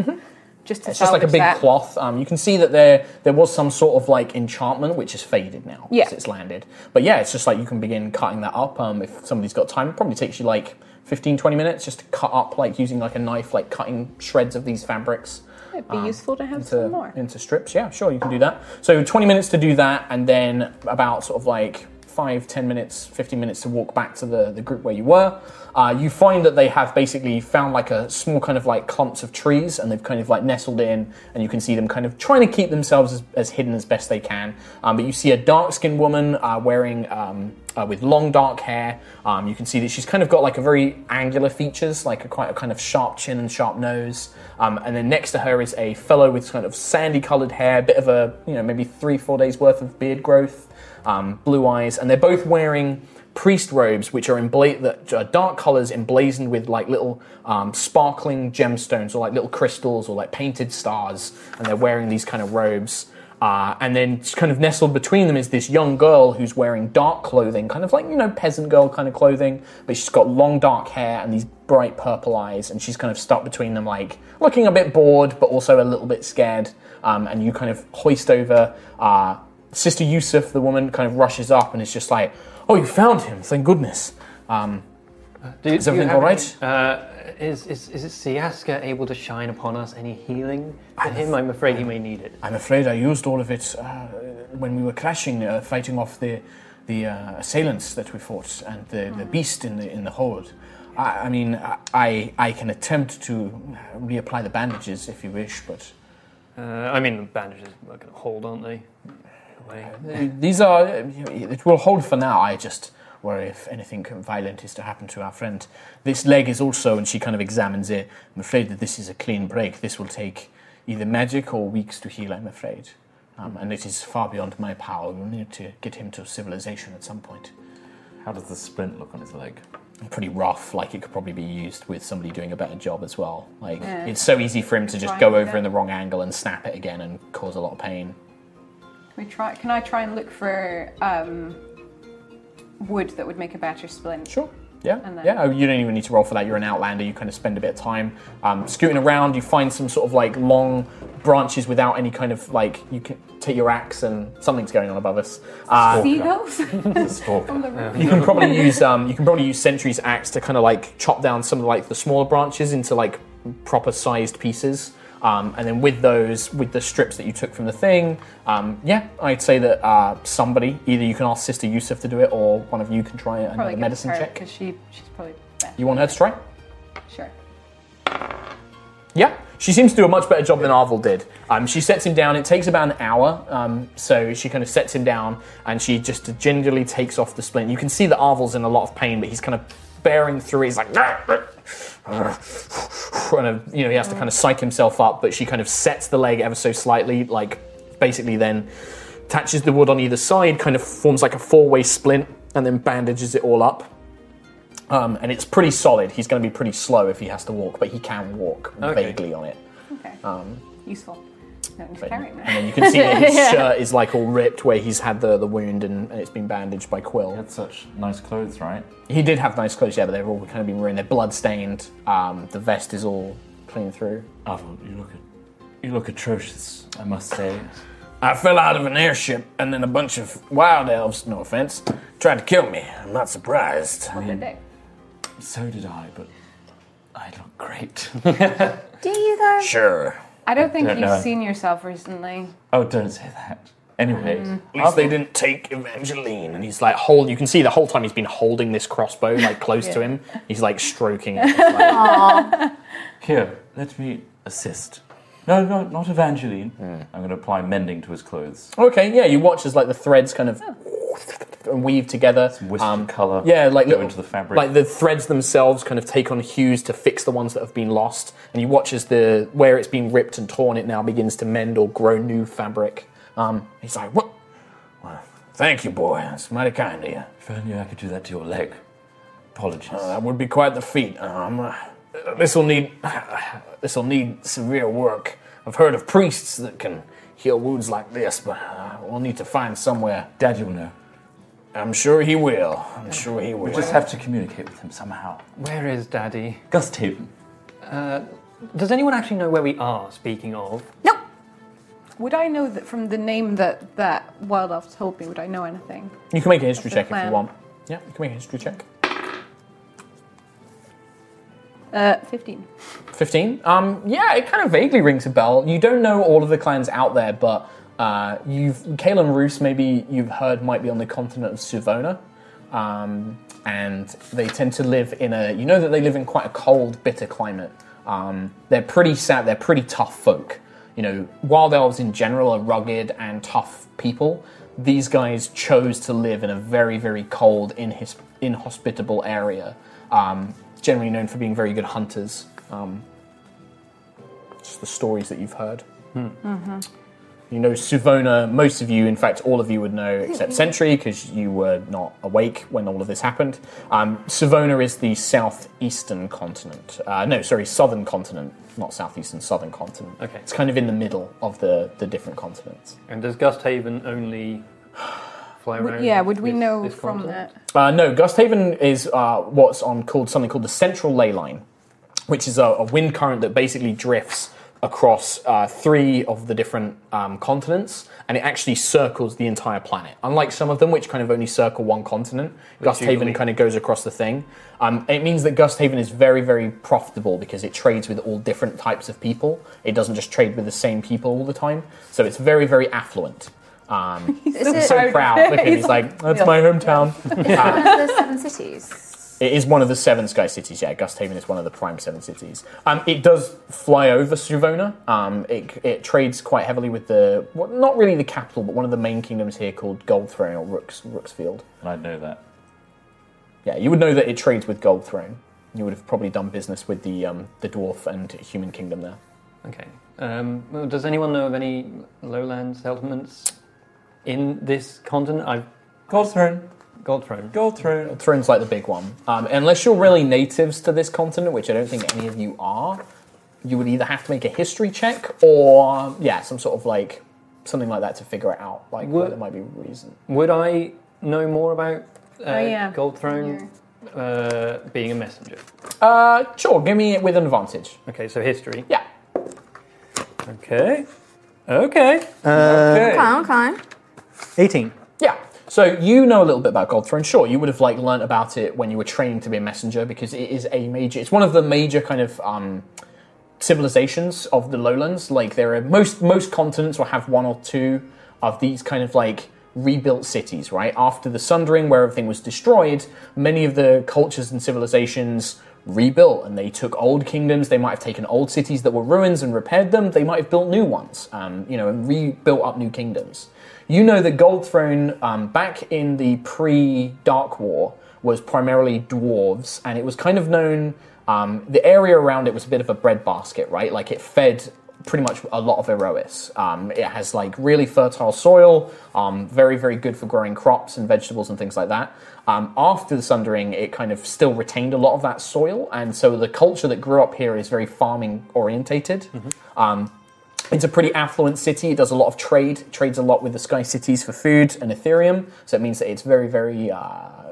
just to
Mm-hmm. it's just like a
salvage
big
that?
cloth. Um, you can see that there there was some sort of like enchantment which is faded now
Yeah.
as it's landed. But yeah, it's just like you can begin cutting that up. Um, if somebody's got time, it probably takes you like 15, 20 minutes just to cut up like using like a knife, like cutting shreds of these fabrics.
It'd be
um,
useful to have
into,
some more.
into strips. Yeah, sure, you can do that. So 20 minutes to do that, and then about sort of like five, 10 minutes, 15 minutes to walk back to the, the group where you were. Uh, you find that they have basically found like a small kind of like clumps of trees and they've kind of like nestled in, and you can see them kind of trying to keep themselves as, as hidden as best they can. Um, but you see a dark skinned woman uh, wearing um, uh, with long dark hair. Um, you can see that she's kind of got like a very angular features, like a quite a kind of sharp chin and sharp nose. Um, and then next to her is a fellow with kind of sandy coloured hair, bit of a you know maybe three four days worth of beard growth, um, blue eyes, and they're both wearing priest robes, which are in bla- that are dark colors emblazoned with like little um, sparkling gemstones or like little crystals or like painted stars, and they're wearing these kind of robes. Uh, and then, just kind of nestled between them, is this young girl who's wearing dark clothing, kind of like you know peasant girl kind of clothing, but she's got long dark hair and these bright purple eyes, and she's kind of stuck between them, like looking a bit bored but also a little bit scared. Um, and you kind of hoist over uh, Sister Yusuf, the woman, kind of rushes up and is just like, "Oh, you found him! Thank goodness." Um,
Do you-
is
do you
everything
have
all right?
any- uh, is, is, is it Siaska able to shine upon us any healing for him? I'm afraid he may need it.
I'm afraid I used all of it uh, when we were crashing, uh, fighting off the the uh, assailants that we fought and the, the beast in the in the hold. I, I mean, I I can attempt to reapply the bandages if you wish, but
Uh, I mean, the bandages are going to hold, aren't they? Anyway.
these are it will hold for now. I just worry if anything violent is to happen to our friend. This leg is also, and she kind of examines it. I'm afraid that this is a clean break. This will take either magic or weeks to heal. I'm afraid, um, and it is far beyond my power. We'll need to get him to civilization at some point. How does the splint look on his leg? Pretty rough. Like it could probably be used with somebody doing a better job as well. Like
Yeah.
it's so easy for him to just
Try
go
and do
over in the wrong angle and snap it again and cause a lot of pain.
Can we try? Can I try and look for um, wood that would make a better splint?
Sure. Yeah.
And then
Yeah, oh, you don't even need to roll for that. You're an outlander. You kind of spend a bit of time um, scooting around. You find some sort of like long branches without any kind of like. You can take your axe and something's going on above us. Uh,
seagulls.
From
the roof.
you can probably use um, you can probably use Sentry's axe to kind of like chop down some of like the smaller branches into like proper sized pieces. Um, and then with those, with the strips that you took from the thing, um, yeah, I'd say that uh, somebody, either you can ask Sister Yusuf to do it, or one of you can try
Probably
another medicine check.
because she she's probably better.
You want her to try?
Sure.
Yeah, she seems to do a much better job than Arvel did. Um, she sets him down. It takes about an hour, um, so she kind of sets him down and she just gingerly takes off the splint. You can see that Arvel's in a lot of pain, but he's kind of bearing through. He's like, and uh, you know, he has to kind of psych himself up. But she kind of sets the leg ever so slightly, like basically then attaches the wood on either side, kind of forms like a four-way splint, and then bandages it all up. Um, and it's pretty solid. He's going to be pretty slow if he has to walk, but he can walk vaguely on it.
Okay.
Um,
Useful. No, just
but-
carry it.
and then you can see that his shirt is like all ripped where he's had the, the wound and, and it's been bandaged by Quill. He had such nice clothes, right? He did have nice clothes, yeah, but they've all kind of been ruined. They're bloodstained. Um, the vest is all clean through.
Arvel, you look you look atrocious, I must say.
I fell out of an airship, and then a bunch of wild elves, no offense, tried to kill me. I'm not surprised. I mean,
So did I, but I look great.
Do you though?
sure.
I don't think
Don't
you've
know.
seen yourself recently.
Oh, don't say that.
Anyway,
Mm.
at least they didn't take Evangeline. And he's like, hold. You can see the whole time he's been holding this crossbow like close to
Yeah.
him. He's like stroking it.
Here, let me assist. No, no, not Evangeline. I'm going to apply mending to his clothes.
Okay, yeah, you watch as like the threads kind of weave together. Um,
Wisp of colour.
yeah, like
go
little-
into the fabric.
Like the threads themselves kind of take on hues to fix the ones that have been lost, and you watch as the where it's been ripped and torn, it now begins to mend or grow new fabric. Um, he's like, "What?
Thank you, boy. That's mighty kind of you.
If I knew I could do that to your leg. Apologies.
Uh, that would be quite the feat. Um, uh, this will need this will need severe work. I've heard of priests that can heal wounds like this, but uh, we'll need to find somewhere.
Dad, you'll know.
I'm sure he will. I'm sure he will.
We just have to communicate with him somehow.
Where is Daddy?
Gusthaven.
Uh, does anyone actually know where we are, speaking of?
Would I know that from the name that that wild elf told me? Would I know anything?
You can make a history
That's the
check if you
plan.
want. Yeah, you can make a history check.
Uh, fifteen.
15 um, yeah it kind of vaguely rings a bell you don't know all of the clans out there but uh, you've Kalen Roos maybe you've heard might be on the continent of Suvona um, and they tend to live in a you know that they live in quite a cold bitter climate um, they're pretty sad they're pretty tough folk you know wild elves in general are rugged and tough people these guys chose to live in a very, very cold, inhis- inhospitable area, um, generally known for being very good hunters. Um, just the stories that you've heard. Mm-hmm. You know Suvona, most of you, in fact, all of you would know except Sentry, because you were not awake when all of this happened. Um, Suvona is the southeastern continent. Uh, no, sorry, southern continent, not southeastern, southern continent.
Okay.
It's kind of in the middle of the, the different continents.
And does Gust Haven only fly around?
yeah, would we
this-
know
this
from
continent?
that?
Uh, no, Gusthaven is uh, what's on called something called the Central Ley Line, which is a, a wind current that basically drifts across uh, three of the different um, continents, and it actually circles the entire planet. Unlike some of them, which kind of only circle one continent,
Which
Gusthaven
usually-
kind of goes across the thing. Um, it means that Gusthaven is very, very profitable because it trades with all different types of people. It doesn't just trade with the same people all the time, so it's very, very affluent. Um, he's
so
so
proud.
proud. Look at him.
He's
He's
like-
like, that's my hometown.
One of the seven cities.
It is one of the seven sky cities, yeah. Gusthaven is one of the prime seven cities. Um, it does fly over Suvona. Um, it, it trades quite heavily with the, well, not really the capital, but one of the main kingdoms here called Goldthrone or Rooks, Rooksfield.
And I'd know that.
Yeah, you would know that it trades with Goldthrone. You would have probably done business with the, um, the dwarf and human kingdom there.
Okay. Um, well, does anyone know of any lowland settlements in this continent? I've
Goldthrone.
Goldthrone.
Goldthrone.
Throne's like the big one. Um, unless you're really natives to this continent, which I don't think any of you are, you would either have to make a history check or, yeah, some sort of like something like that to figure it out. Like,
Would-
there might be reason.
Would I know more about uh,
Oh, yeah.
Goldthrone uh, being a messenger?
Uh, sure, give me it with an advantage.
Okay, so history.
Yeah.
Okay. Okay.
Okay.
Okay, okay.
18.
Yeah. So you know a little bit about Goldthrone. Sure, you would have like learnt about it when you were trained to be a messenger because it is a major. It's one of the major kind of um, civilizations of the lowlands. Like there are most most continents will have one or two of these kind of like rebuilt cities. Right after the Sundering, where everything was destroyed, many of the cultures and civilizations rebuilt and they took old kingdoms they might have taken old cities that were ruins and repaired them they might have built new ones um, you know and rebuilt up new kingdoms you know that Goldthrone um, back in the pre-Dark War was primarily dwarves, and it was kind of known. Um, the area around it was a bit of a breadbasket, right? Like it fed pretty much a lot of Erois. Um, it has like really fertile soil, um, very very good for growing crops and vegetables and things like that. Um, after the Sundering, it kind of still retained a lot of that soil, and so the culture that grew up here is very farming orientated. Um, it's a pretty affluent city. It does a lot of trade. It trades a lot with the Sky Cities for food and Ethereum. So it means that it's very, very, uh,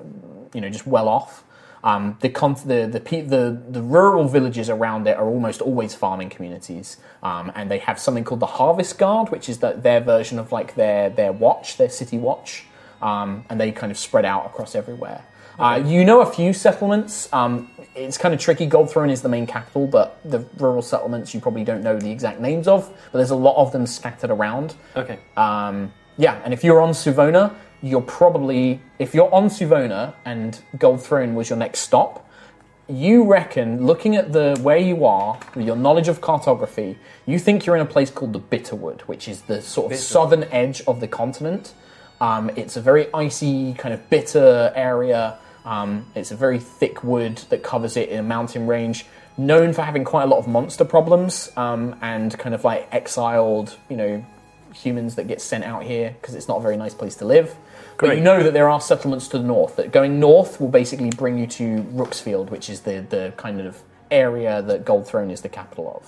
you know, just well off. Um, the, con- the, the, pe- the the rural villages around it are almost always farming communities, um, and they have something called the Harvest Guard, which is that their version of like their their watch, their city watch, um, and they kind of spread out across everywhere. Uh, you know a few settlements. Um, it's kind of tricky. Goldthrone is the main capital, but the rural settlements you probably don't know the exact names of. But there's a lot of them scattered around.
Okay. Uh,
Um, yeah, and if you're on Suvona, you're probably if you're on Suvona and Goldthrone was your next stop, you reckon looking at the where you are with your knowledge of cartography, you think you're in a place called the Bitterwood, which is the sort of
Bitterwood.
southern edge of the continent. Um, it's a very icy, kind of bitter area. Um, it's a very thick wood that covers it in a mountain range, known for having quite a lot of monster problems um, and kind of like exiled, you know, humans that get sent out here because it's not a very nice place to live. But
Great.
you know that there are settlements to the north. That going north will basically bring you to Rooksfield, which is the the kind of area that Goldthrone is the capital of.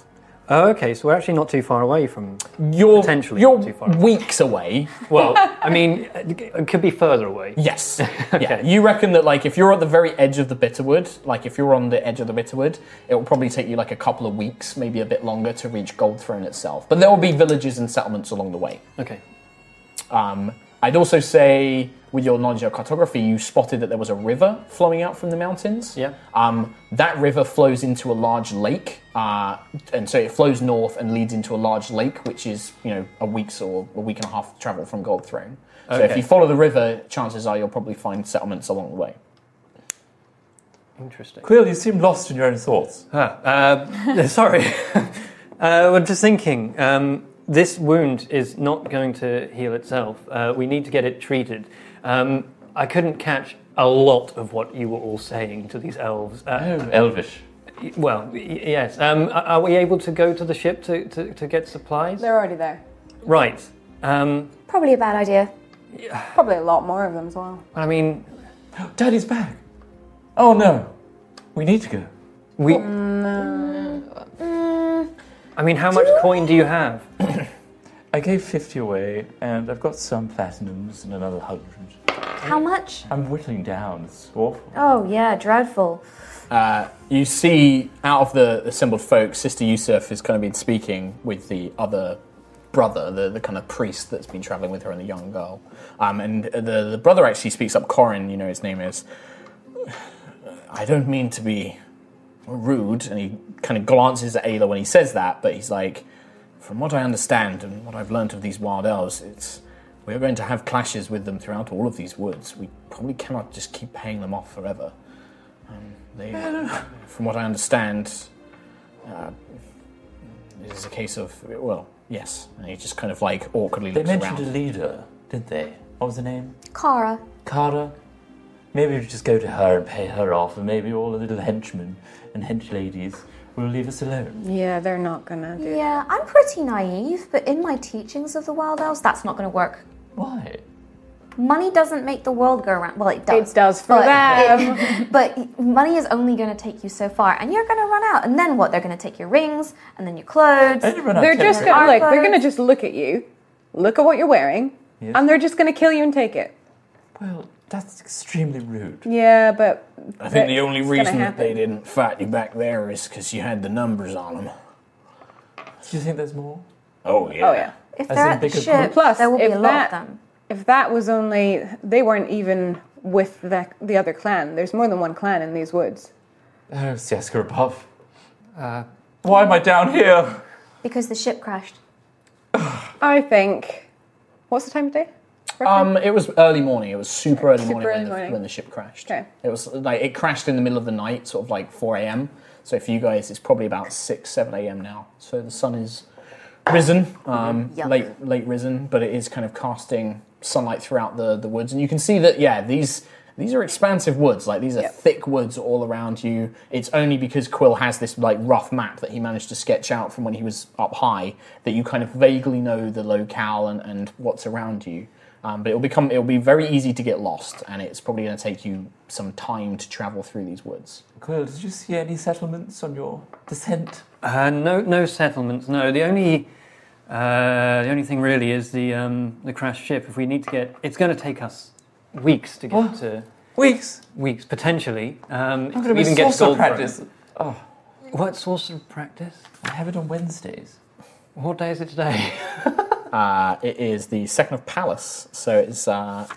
Oh, okay, so we're actually not too far away from
you're,
potentially
you're
not too far away.
weeks away.
Well, I mean, it could be further away.
Yes. Yeah. You reckon that like if you're at the very edge of the Bitterwood, like if you're on the edge of the Bitterwood, it will probably take you like a couple of weeks, maybe a bit longer to reach Goldthrone itself. But there will be villages and settlements along the way.
Okay.
Um, I'd also say, with your knowledge of cartography, you spotted that there was a river flowing out from the mountains.
Yeah.
Um, that river flows into a large lake, uh, and so it flows north and leads into a large lake, which is you know a week's or a week and a half travel from Gold Throne. So if
Okay.
you follow the river, chances are you'll probably find settlements along the way.
Interesting.
Quill, you seem lost in your own thoughts.
Ah, uh, sorry. uh, I'm just thinking. Um, this wound is not going to heal itself. Uh, we need to get it treated. Um, I couldn't catch a lot of what you were all saying to these elves. Uh,
Oh, elvish.
Well, y- yes. Um, are- are we able to go to the ship to, to, to get supplies?
They're already there.
Right. Um,
Probably a bad idea.
Probably a lot more of them as well.
I mean,
Daddy's back. Oh no, we need to go.
We. I mean, how much coin do you have?
I gave fifty away, and I've got some platinums and another hundred.
How much?
I'm whittling down. It's awful.
Oh yeah, dreadful.
Uh, you see, out of the assembled folk, Sister Yusuf has kind of been speaking with the other brother, the, the kind of priest that's been traveling with her and the young girl. Um, and the, the brother actually speaks up, Corin, you know his name is. I don't mean to be rude, and he kind of glances at Ayla when he says that, but he's like, from what I understand and what I've learnt of these wild elves, it's we're going to have clashes with them throughout all of these woods. We probably cannot just keep paying them off forever. Um, they, from what I understand, uh, it is a case of well, yes. And he just kind of like awkwardly
They
looks
mentioned
around.
a leader, didn't they? What was the name?
Kara.
Kara. Maybe we just go to her and pay her off, and maybe all the little henchmen and hench ladies will leave us alone.
Yeah, they're not gonna do
Yeah, I'm pretty naive, but in my teachings of the wild elves, that's not going to work.
Why?
Money doesn't make the world go round. Well, it does. It does
for
It, but money is only going to take you so far, and you're going to run out. And then what? They're going to take your rings, and then your clothes.
Uh,
They're just gonna like they're gonna just look at you, look at what you're wearing,
Yes.
and they're just gonna kill you and take it.
Well, that's extremely rude.
Yeah, but
I think the only
it's gonna
reason that
happen.
they didn't fight you back there is because you had the numbers on them.
Do you think there's more?
Oh yeah.
Oh yeah.
If
As they're in at the bigger ship, groups?
plus
there will be
if
a lot
that,
of them.
If that was only they weren't even with the the other clan. There's more than one clan in these woods.
Oh, Siaska above. Why am I down here?
Because the ship crashed.
I think. What's the time of day?
Um, it was early morning. It was super early
Super
morning,
early
when,
morning.
The, when the ship crashed.
Okay.
It was like it crashed in the middle of the night, sort of like 4 a.m. So for you guys, it's probably about 6, 7 a.m. now. So the sun is risen, um,
Yuck.
late, late risen, but it is kind of casting sunlight throughout the, the woods, and you can see that yeah, these these are expansive woods. Like these are thick woods all around you. It's only because Quill has this like rough map that he managed to sketch out from when he was up high that you kind of vaguely know the locale and, and what's around you. Um, but it'll become it'll be very easy to get lost, and it's probably going to take you some time to travel through these woods.
Quill, did you see any settlements on your descent?
Uh, no, no settlements. No, the only uh, the only thing really is the um, the crashed ship. If we need to get, it's going to take us weeks to get to
weeks,
weeks potentially. Um,
I'm
if
gonna
we
miss
even get to
sorcerer
Goldborough.
practice. Oh.
What sorcerer practice?
I have it on Wednesdays.
What day is it today?
Uh, it is the second of Palace, so it's. Uh,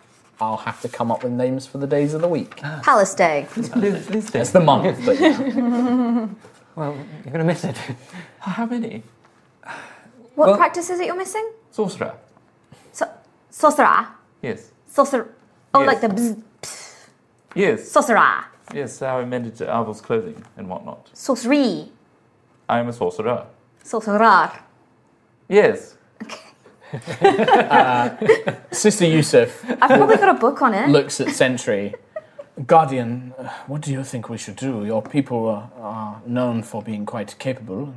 I'll have to come up with names for the days of the week.
Palace Day.
It's the month, but yeah.
well, you're going to miss it.
How many?
What
Well-
practice is it you're missing?
Sorcerer.
So, sorcerer.
Yes.
Sorcerer. Oh,
Yes.
like the bzz,
Yes.
sorcerer.
Yes, how I mended Arvel's clothing and whatnot.
Sorcery.
I am a sorcerer.
Sorcerer.
Yes.
Sister Yusuf
I've probably got a book on it.
looks at Sentry. Guardian, uh, what do you think we should do? Your people are, are known for being quite capable.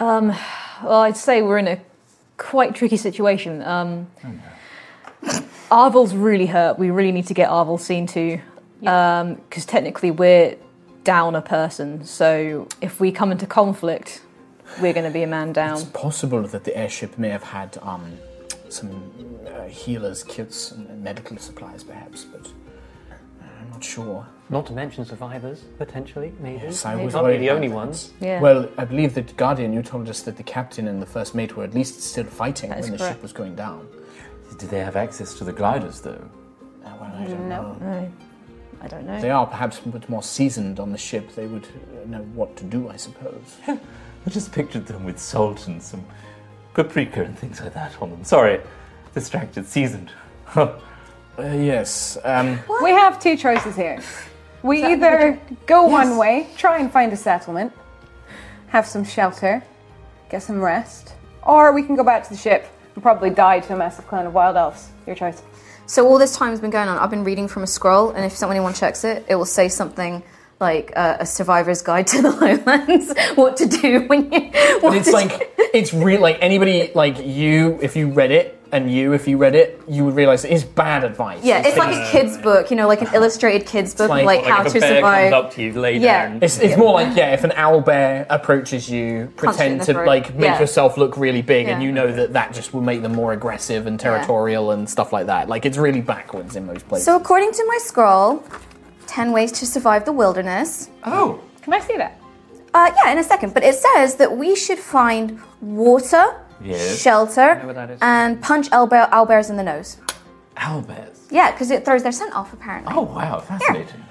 Um, well, I'd say we're in a quite tricky situation. Um, Arvel's really hurt. We really need to get Arvel seen to, because technically we're down a person. So if we come into conflict, we're going to be a man down.
It's possible that the airship may have had um, some uh, healers' kits and medical supplies, perhaps, but uh, I'm not sure.
Not to mention survivors potentially. Maybe.
Yes, I was
Can't be
worried
the
about
only
that.
ones.
Well, I believe that Guardian, you told us that the captain and the first mate were at least still fighting
That
when
is
the
correct.
ship was going down.
Did they have access to the gliders, though?
Uh, well, I don't know.
Mm, No, I don't know.
If They are perhaps a bit more seasoned on the ship. They would uh, know what to do, I suppose.
I just pictured them with salt and some paprika and things like that on them. Sorry, distracted, seasoned. Huh.
Uh, yes. Um,
We have two choices here. We either go one way, try and find a settlement, have some shelter, get some rest, or we can go back to the ship and probably die to a massive clan of wild elves. Your choice.
So all this time has been going on. I've been reading from a scroll, and if someone- anyone checks it, it will say something like uh, a survivor's guide to the lowlands. what to do when you? What
But it's
to
like it's real. Like anybody, like you, if you read it, and you, if you read it, you would realize it's bad advice.
yeah, it's like a
things-
kid's book, you know, like an illustrated kid's book,
like-
of like,
like
how
if a
to
bear
survive.
comes up
to you, lay
Yeah. down.
It's, it's more like yeah, if an owl bear approaches you,
Punch it in
pretend
the
to
throat.
like make
Yeah.
yourself look really big, and
Yeah.
you know that that just will make them more aggressive and territorial and stuff like that. Like it's really backwards in most places.
So according to my scroll, ten ways to survive the wilderness.
Oh.
Can I see that?
Uh, yeah, in a second. But it says that we should find water,
Yes.
shelter,
I know what that is.
and punch owlbear, owlbears in the nose.
Albert.
Yeah, because it throws their scent off, apparently.
Oh, wow, fascinating.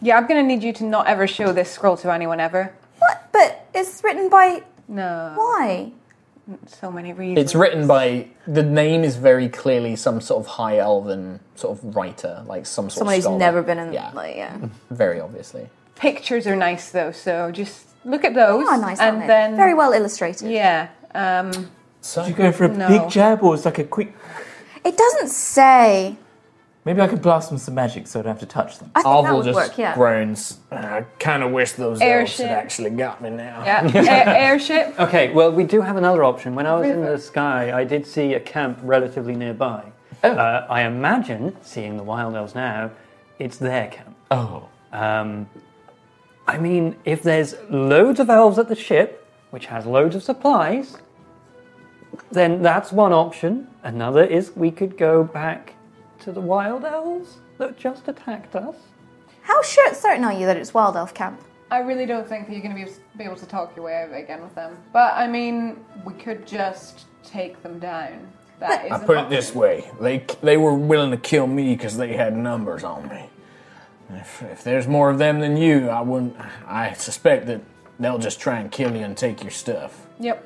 Yeah, I'm gonna need you to not ever show this scroll to anyone ever.
What? But it's written by.
No.
Why?
So many reasons.
It's written by the name is very clearly some sort of high elven sort of writer, like some sort
Someone
of
who's
scholar.
never been in. Like, yeah.
Mm-hmm.
Very obviously.
Pictures are nice though, so just look at those.
They are nice,
and
aren't they?
then
Very well illustrated.
Yeah. Um,
So
Did you go for a
No.
big jab or was like a quick?
It doesn't say.
Maybe I could blast them some magic so I don't have to touch them.
I think that would work, yeah.
groans. "Ah, I kind of wish those elves
Airship.
had actually got me now.
yeah. Air- airship.
Okay, well, we do have another option. When I was in the sky, I did see a camp relatively nearby.
Oh.
Uh, I imagine, seeing the wild elves now, it's their camp.
Oh.
Um, I mean, if there's loads of elves at the ship, which has loads of supplies, then that's one option. Another is we could go back to the wild elves that just attacked us.
How sure certain are you that it's wild elf camp?
I really don't think that you're going to be, be able to talk your way over again with them. But I mean, we could just take them down. That is.
I
an
put it
op-
this way: they they were willing to kill me because they had numbers on me. If, if there's more of them than you, I wouldn't. I suspect that they'll just try and kill you and take your stuff.
Yep.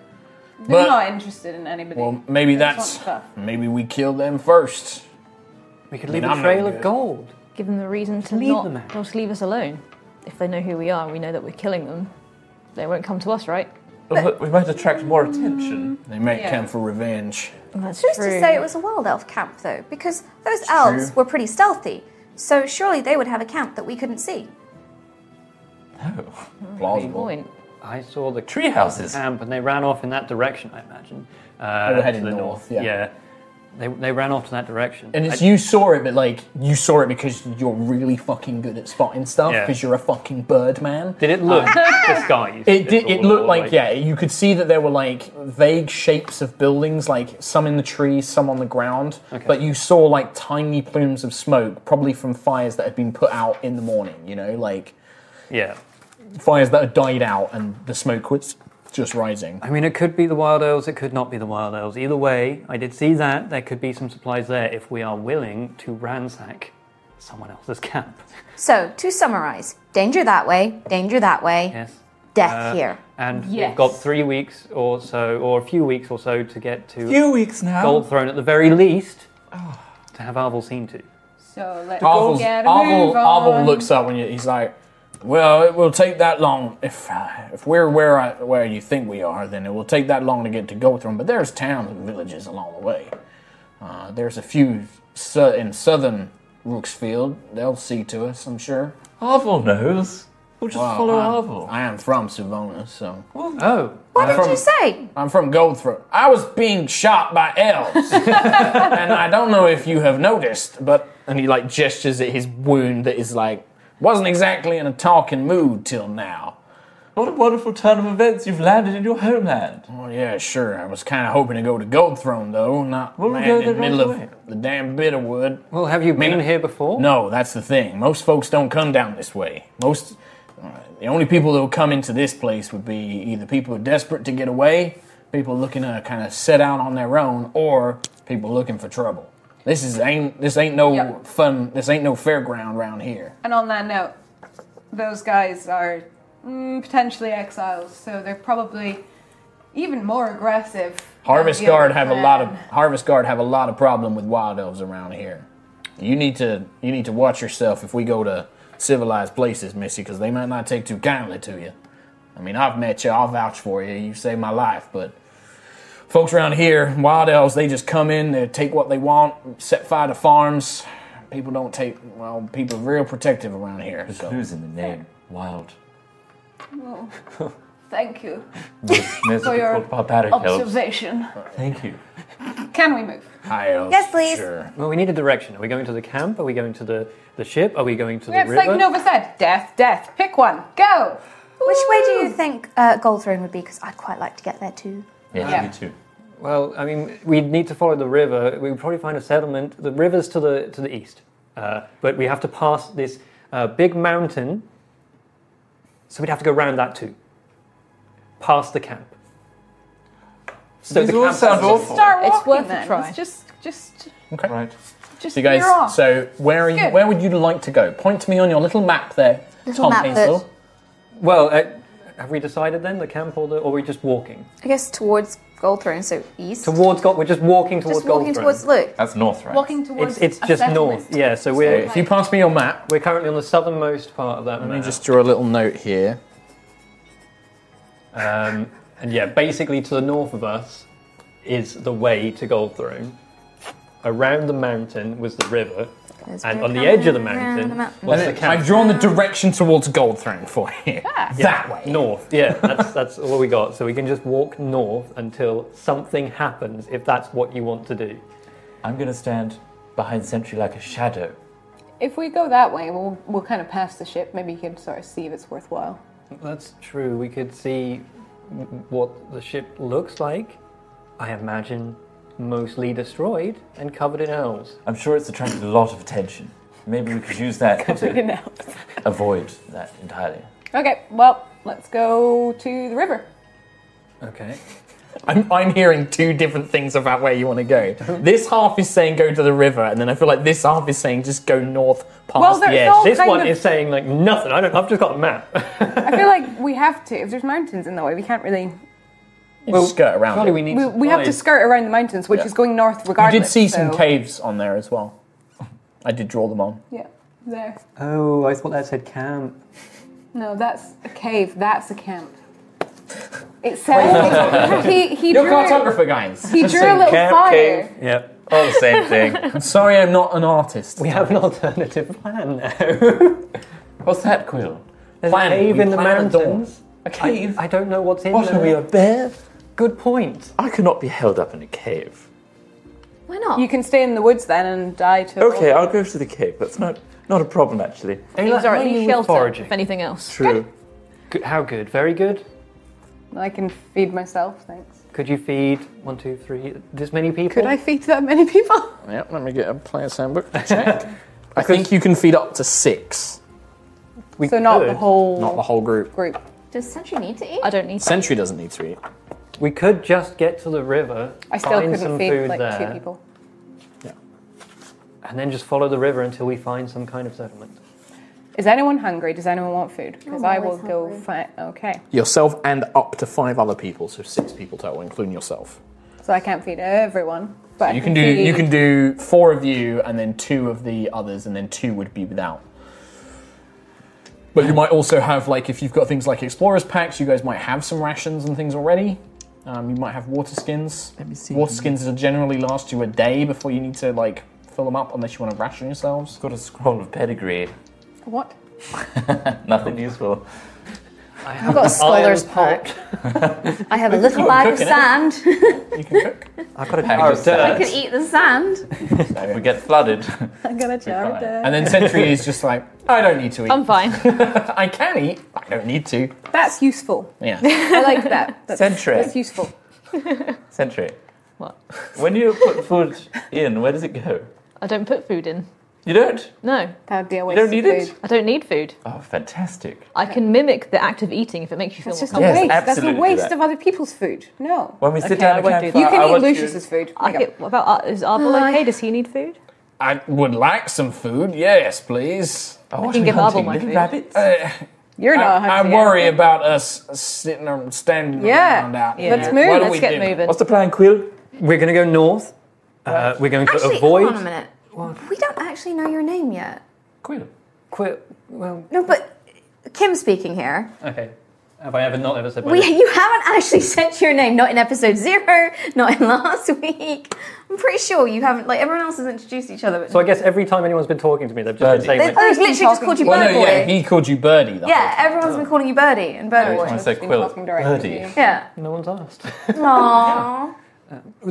They're
But-
not interested in anybody.
Well, maybe
They just
that's
want stuff.
maybe we kill them first.
We could
I
leave
mean,
a
I'm no
trail of
good.
gold.
Give them the reason to
Leave
not,
them
not to leave us alone. If they know who we are, we know that we're killing them. They won't come to us, right?
we might attract more attention.
They might
Yeah.
come for revenge.
That's
Who's
true.
to say it was a wild elf camp, though? Because those elves
true.
were pretty stealthy. So surely they would have a camp that we couldn't see.
Plausible.
point.
I saw the
tree houses.
camp, and they ran off in that direction. I imagine. Uh,
They were heading
to the
north,
north.
yeah.
They, they ran off in that direction.
And it's
I-
you saw it, but like you saw it because you're really fucking good at spotting stuff
Yeah.
because you're a fucking bird man.
Did it look
Uh,
disguised?
It did.
at
It
all,
looked
or,
like yeah. You could see that there were like vague shapes of buildings, like some in the trees, some on the ground. But you saw like tiny plumes of smoke, probably from fires that had been put out in the morning. You know, like
Yeah.
fires that had died out, and the smoke was just rising.
I mean, it could be the Wild Elves, it could not be the Wild Elves. Either way, I did see that there could be some supplies there if we are willing to ransack someone else's camp.
So, to summarize danger that way, danger that way,
Yes.
death
Uh,
here.
And
Yes.
we've got three weeks or so, or a few weeks or so, to get to
Few weeks now.
Gold Throne at the very least
Oh.
to have Arvel seen to.
So let's
Arvel,
get a
Arvel,
move on.
Arvel looks up and he's like, "Well, it will take that long if uh, if we're where I, where you think we are, then it will take that long to get to Gotham. But there's towns and villages along the way. Uh, there's a few su- in southern Rooksfield. They'll see to us, I'm sure.
Arvel knows. We'll just
Well,
follow
I'm-
Arvel.
I am from Savona, so.
Oh.
What did
From-
you say?
I'm from Goldthroat. I was being shot by elves. and I don't know if you have noticed, but. And he like gestures at his wound that is like, wasn't exactly in a talking mood till now.
What a wonderful turn of events. You've landed in your homeland.
Oh, yeah, sure. I was kind of hoping to go to Goldthrone, though, not
Well, we'll
land
go
in the
there right
middle
away.
of the damn Bitterwood.
Well, have you
Man,
been here before?
No, that's the thing. Most folks don't come down this way. Most, uh, the only people that would come into this place would be either people who are desperate to get away, people looking to kind of set out on their own, or people looking for trouble. This is ain't this ain't no
Yep.
fun. This ain't no fairground round here.
And on that note, those guys are mm, potentially exiles, so they're probably even more aggressive. than
Harvest
the other
Guard have a
clan.
lot of Harvest Guard have a lot of problem with wild elves around here. You need to you need to watch yourself if we go to civilized places, Missy, because they might not take too kindly to you. I mean, I've met you, I'll vouch for you. You saved my life, but Folks around here, wild elves, they just come in, they take what they want, set fire to farms. People don't take, well, people are real protective around here.
The
so.
clue's in the name. Wild.
Well, thank you
Miserable
for your
barbaric elves.
observation.
Thank you.
Can we move?
Hi, elves.
Yes, please. sure.
Well, we need a direction. Are we going to the camp? Are we going to the, the ship? Are we going to the
It's
river?
like Nova said death, death. Pick one. Go!
Which way do you think uh, Gold Throne would be? Because I'd quite like to get there too.
Yeah.
me too.
Well, I mean, we need to follow the river. We would probably find a settlement. The river's to the to the east, uh, but we have to pass this uh, big mountain. So we'd have to go round that too. Past the camp. So
These all sound
Just start walking
It's worth a
then.
try.
Let's just, just,
Okay.
Right.
just
So you guys,
veer off.
so where are you?
Good.
Where would you like to go? Point to me on your little map there,
Little
Tom
map
Hazel.
Well, uh, have we decided then the camp or the, or are we just walking
I guess towards Gold Throne, so east.
towards God? We're just walking towards
Just walking
Goldthrone.
towards. Look,
That's north, right?
Walking towards
It's, it's
a
just
settlement.
north. Yeah. So we're
If you pass me your map,
we're currently on the southernmost part of that.
let me
map.
just draw a little note here.
Um, and yeah, basically to the north of us is the way to Gold Throne. Around the mountain was the river, and on the edge of the mountain was the
And I've
camp.
drawn the direction towards Gold Throne for you. That way.
North, yeah, that's that's all we got. So we can just walk north until something happens, if that's what you want to do.
I'm going to stand behind Sentry like a shadow.
If we go that way, we'll, we'll kind of pass the ship. Maybe you can sort of see if it's worthwhile.
That's true. We could see w- what the ship looks like. I imagine mostly destroyed and covered in elves.
I'm sure it's attracted a lot of attention. Maybe we could use that to avoid that entirely.
Okay, well, let's go to the river.
Okay.
I'm, I'm hearing two different things about where you want to go. This half is saying go to the river, and then I feel like this half is saying just go north past
Well,
the
there's
edge.
all
This
kind
one
of-
is saying like nothing. I don't. I've just got a map.
I feel like we have to. If there's mountains in the way, we can't really.
You skirt around.
Surely
it.
we need.
We, we have to
supplies.
skirt around the mountains, which
Yeah.
is going north
You
regardless.
did see some
so-
caves on there as well. I did draw them on.
Yeah, there.
Oh, I thought that said camp.
No, that's a cave. That's a camp. It says he he
You're
drew,
cartographer, guys.
he drew a little
Camp,
fire.
cave.
Yep.
All
Oh,
the same thing.
I'm sorry, I'm not an artist.
We have an alternative plan now.
What's that, Quill?
There's
Plan,
a cave
we
in the
plan and all.
mountains.
A cave?
I don't know what's in
what
there.
are we, a bear?
Good point.
I cannot be held up in a cave.
why not?
You can stay in the woods then and die to.
Okay, I'll go to the cave. That's not, not a problem, actually.
Ayla,
Things
how
are
are
at
you
least
with
shelter,
foraging?
if anything else.
True.
Good- How good? Very good.
I can feed myself. Thanks.
Could you feed one, two, three, this many people?
Could I feed that many people?
Yep, let me get a player's handbook to check. I think you can feed up to six,
We
so not the
could.
whole
not the whole group.
group.
Does Sentry need to eat?
I don't need to.
Sentry doesn't need to eat.
We could just get to the river.
I still
find
couldn't
some
feed
food
like
there,
two people.
and then just follow the river until we find some kind of settlement.
Is anyone hungry? Does anyone want food? Because
I'm
I will
always
go
hungry.
find. Okay,
Yourself and up to five other people, so six people total, including yourself.
so I can't feed everyone, but I
You can do you
feed-
can do four of you, and then two of the others, and then two would be without. But you might also have like if you've got things like explorers packs, you guys might have some rations and things already. Um, you might have water skins. Let me see. Water skins will generally last you a day before you need to like fill them up, unless you want to ration yourselves.
Got a scroll of pedigree.
What?
Nothing useful.
I
I've
have
got a
an iron
scholar's
pot.
pot. I have a little bag of
cooking,
sand.
You can cook.
I've got a
Pack
jar
of
of dirt.
I could eat the sand.
If we get flooded,
I'm gonna jar
fine.
it.
and then Sentry is just like, I don't need to eat.
I'm fine.
I can eat. I don't need to.
That's useful.
Yeah.
I like that. That's,
Centric.
That's useful.
Sentry.
What?
When you put food in, where does it go?
I don't put food in.
You don't?
No,
That would be a waste
don't
of
need
food.
it?
I don't need food.
Oh, fantastic.
I can mimic the act of eating if it makes you feel
That's just a
more
Yes,
waste. That's a
absolutely do
waste
that.
of other people's food. No.
When we sit
Okay,
down
I
at
won't do
campfire,
you can
I
eat
want you-
Lucius's food.
I
There you go.
get, what about Ar- is Arbol
Hi.
okay? Does he need food?
I would like some food. Yes, please.
Oh,
can
are we
give Bubble
hunting,
my
little
food.
rabbits?
You're not.
I, I
hungry,
worry
are you?
about us sitting and standing
Yeah.
around out
Yeah. Let's
here.
move,
What do
Let's
we
get
do?
moving.
What's the plan, Quill?
We're going to go north. Uh, we're going to
Actually,
avoid.
hold on a minute. We don't actually know your name yet.
Quill.
Quit. Well,
No, but Kim speaking here.
okay. Have I ever not ever said my
We,
name?
you haven't actually sent your name, not in episode zero, not in last week. I'm pretty sure you haven't. Like everyone else has introduced each other, but
So I guess every time anyone's been talking to me, they've just been saying.
They've
like,
literally just called you
Well, no,
Bird Boy.
yeah, Oh,
He called you Birdie. That
Yeah, everyone's been calling you Birdie and Bird Boy. Yeah.
No one's asked.
Aww.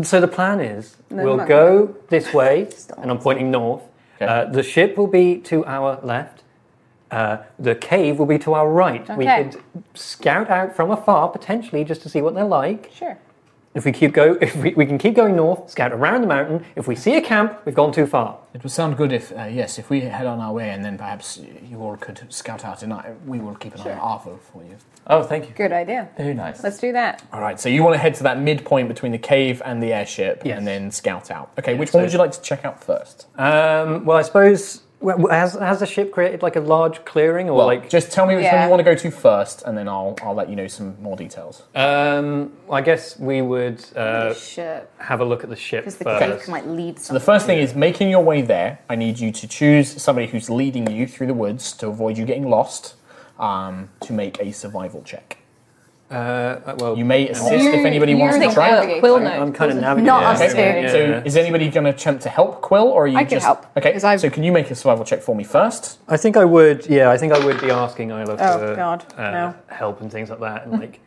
So the plan is
No,
we'll
no.
go this way, and I'm pointing north. Uh, the ship will be to our left. Uh, the cave will be to our right. We
Okay.
could scout out from afar, potentially, just to see what they're like.
Sure.
If we keep go, if we, we can keep going north, scout around the mountain. If we see a camp, we've gone too far.
It would sound good if, uh, yes, if we head on our way and then perhaps you all could scout out and I, we will keep an eye on Arvo for you.
Oh, thank you.
Good idea.
Very nice.
Let's do that.
All right, so you want to head to that midpoint between the cave and the airship and then scout out. Okay, which
so-
one would you like to check out first?
Um, well, I suppose well, well, has has the ship created like a large clearing or
Well,
like?
just tell me which one
Yeah.
you want to go to first, and then I'll I'll let you know some more details.
Um, I guess we would uh,
ship.
have a look at the ship
Because the
first.
cake might lead
So the first thing is making your way there. I need you to choose somebody who's leading you through the woods to avoid you getting lost. Um, to make a survival check.
Uh, well,
you may assist if
you're-
anybody
you're
wants
the
to try.
navigator. Quill I'm- knows, I'm kinda doesn't he? navigating. Not us
Okay,
two.
So
Yeah.
is anybody going to attempt to help Quill, or are you
I can
just
help,
okay? So can you make a survival check for me first?
I think I would. Yeah, I think I would be asking Isla for
Oh, God,
uh,
no.
help and things like that, and like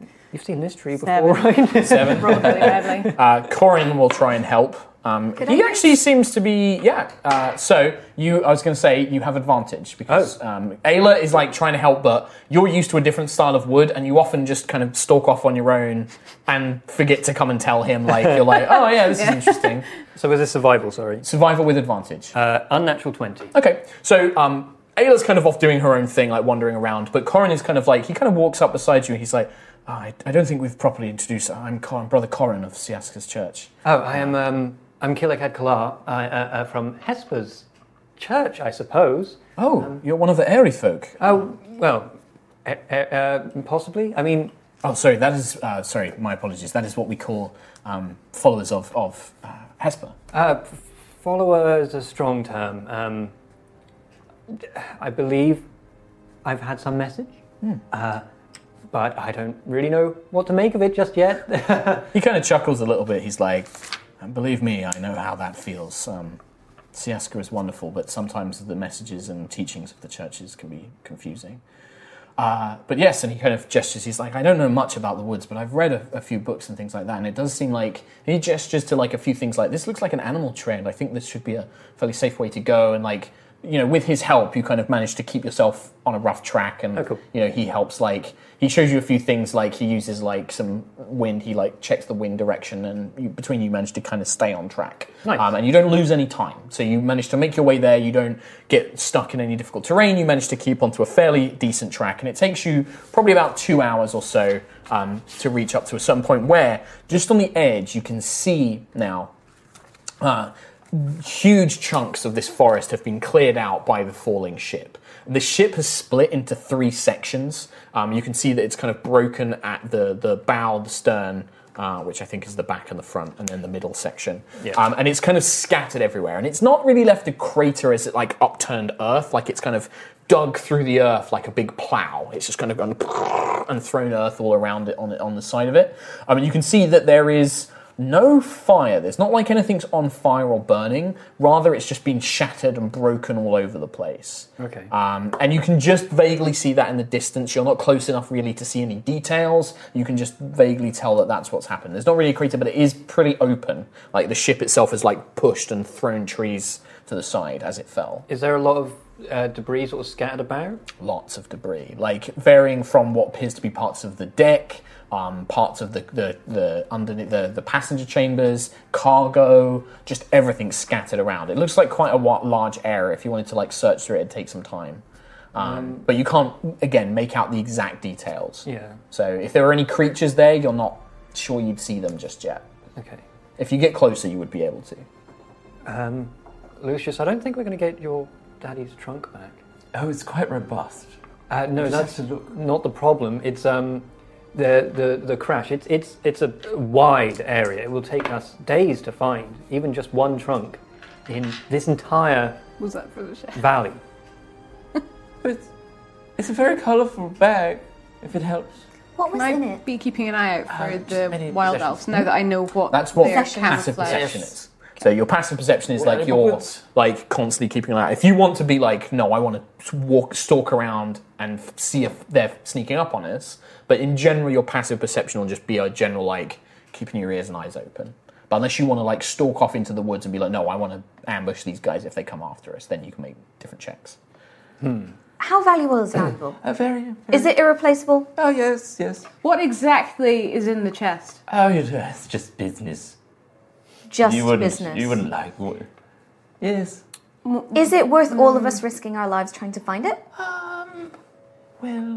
you've seen this tree
Seven.
before, right?
Seven. Rolled really
badly.
Uh, Corin will try and help. Um,
Could
he
I-
actually seems to be yeah. Uh, so you, I was going to say you have advantage because um, Ayla is like trying to help, but you're used to a different style of wood, and you often just kind of stalk off on your own and forget to come and tell him. Like you're like, oh yeah, this is interesting.
So was this survival? Sorry,
survival with advantage.
Uh, unnatural twenty.
Okay, so um, Ayla's kind of off doing her own thing, like wandering around, but Corin is kind of like, he kind of walks up beside you and he's like, "Ah, I, I don't think we've properly introduced, I'm Corin, Brother Corin of Siaska's Church.
Oh, I am. Um, I'm Kilakad Kalar I, uh, uh, from Hesper's church, I suppose.
Oh, you're one of the airy folk.
Oh, well, uh, uh, possibly. I mean,
Oh, sorry, that is, uh, sorry, my apologies. That is what we call um, followers of, of uh, Hesper.
Uh, f- follower is a strong term. Um, d- I believe I've had some message, uh, but I don't really know what to make of it just yet.
he kind of chuckles a little bit. He's like, "And believe me, I know how that feels. Um, Siaska is wonderful, but sometimes the messages and teachings of the churches can be confusing. Uh, but yes, and he kind of gestures. He's like, I don't know much about the woods, but I've read a, a few books and things like that, and it does seem like he gestures to like a few things like this looks like an animal trend. I think this should be a fairly safe way to go, and like you know, with his help, you kind of manage to keep yourself on a rough track, and you know, he helps like he shows you a few things like he uses like some wind. He like checks the wind direction, and you, between you manage to kind of stay on track.
Nice.
Um, and you don't lose any time. So you manage to make your way there. You don't get stuck in any difficult terrain. You manage to keep onto a fairly decent track, and it takes you probably about two hours or so um, to reach up to a certain point where, just on the edge, you can see now uh, huge chunks of this forest have been cleared out by the falling ship. The ship has split into three sections. Um, you can see that it's kind of broken at the, the bow, the stern, uh, which I think is the back and the front, and then the middle section.
Yeah.
Um, and it's kind of scattered everywhere. And it's not really left a crater as it like upturned earth, like it's kind of dug through the earth like a big plow. It's just kind of gone and thrown earth all around it on the, on the side of it. I mean, you can see that there is no fire. There's not like anything's on fire or burning. Rather, it's just been shattered and broken all over the place.
Okay.
Um, and you can just vaguely see that in the distance. You're not close enough really to see any details. You can just vaguely tell that that's what's happened. There's not really a crater, but it is pretty open. Like the ship itself is like pushed and thrown trees to the side as it fell.
Is there a lot of uh, debris sort of scattered about?
Lots of debris, like varying from what appears to be parts of the deck, um, parts of the the the, underneath the the passenger chambers, cargo, just everything scattered around. It looks like quite a wa- large area. If you wanted to like search through it, it'd take some time. Um, but you can't again make out the exact details.
Yeah.
So if there are any creatures there, you're not sure you'd see them just yet.
Okay.
If you get closer, you would be able to.
Um, Lucius, I don't think we're going to get your daddy's trunk back.
Oh, it's quite robust.
Uh, no,
You just
that's not the problem. It's um, the, the the crash. It's it's it's a wide area. It will take us days to find even just one trunk in this entire
Was that for the chef?
valley.
It's a very colourful bag. if it helps.
What was in it? Be keeping an eye out for the wild
Um, possessions.
elves now that I know what
That's what
their
passive
camouflage.
perception is. So your passive perception is
Well,
like
but
you're
what's-
like constantly keeping an eye. out. If you want to be like, no, I want to walk, stalk around and f- see if they're sneaking up on us. But in general, your passive perception will just be a general like keeping your ears and eyes open. But unless you want to like stalk off into the woods and be like, no, I want to ambush these guys if they come after us, then you can make different checks.
How valuable is valuable?
A very.
Is it irreplaceable?
Oh yes, yes.
What exactly is in the chest?
Oh, you do- it's just business.
Just
you wouldn't,
business.
You wouldn't like. would you? Yes.
Is it worth all of us risking our lives trying to find it?
Um, well,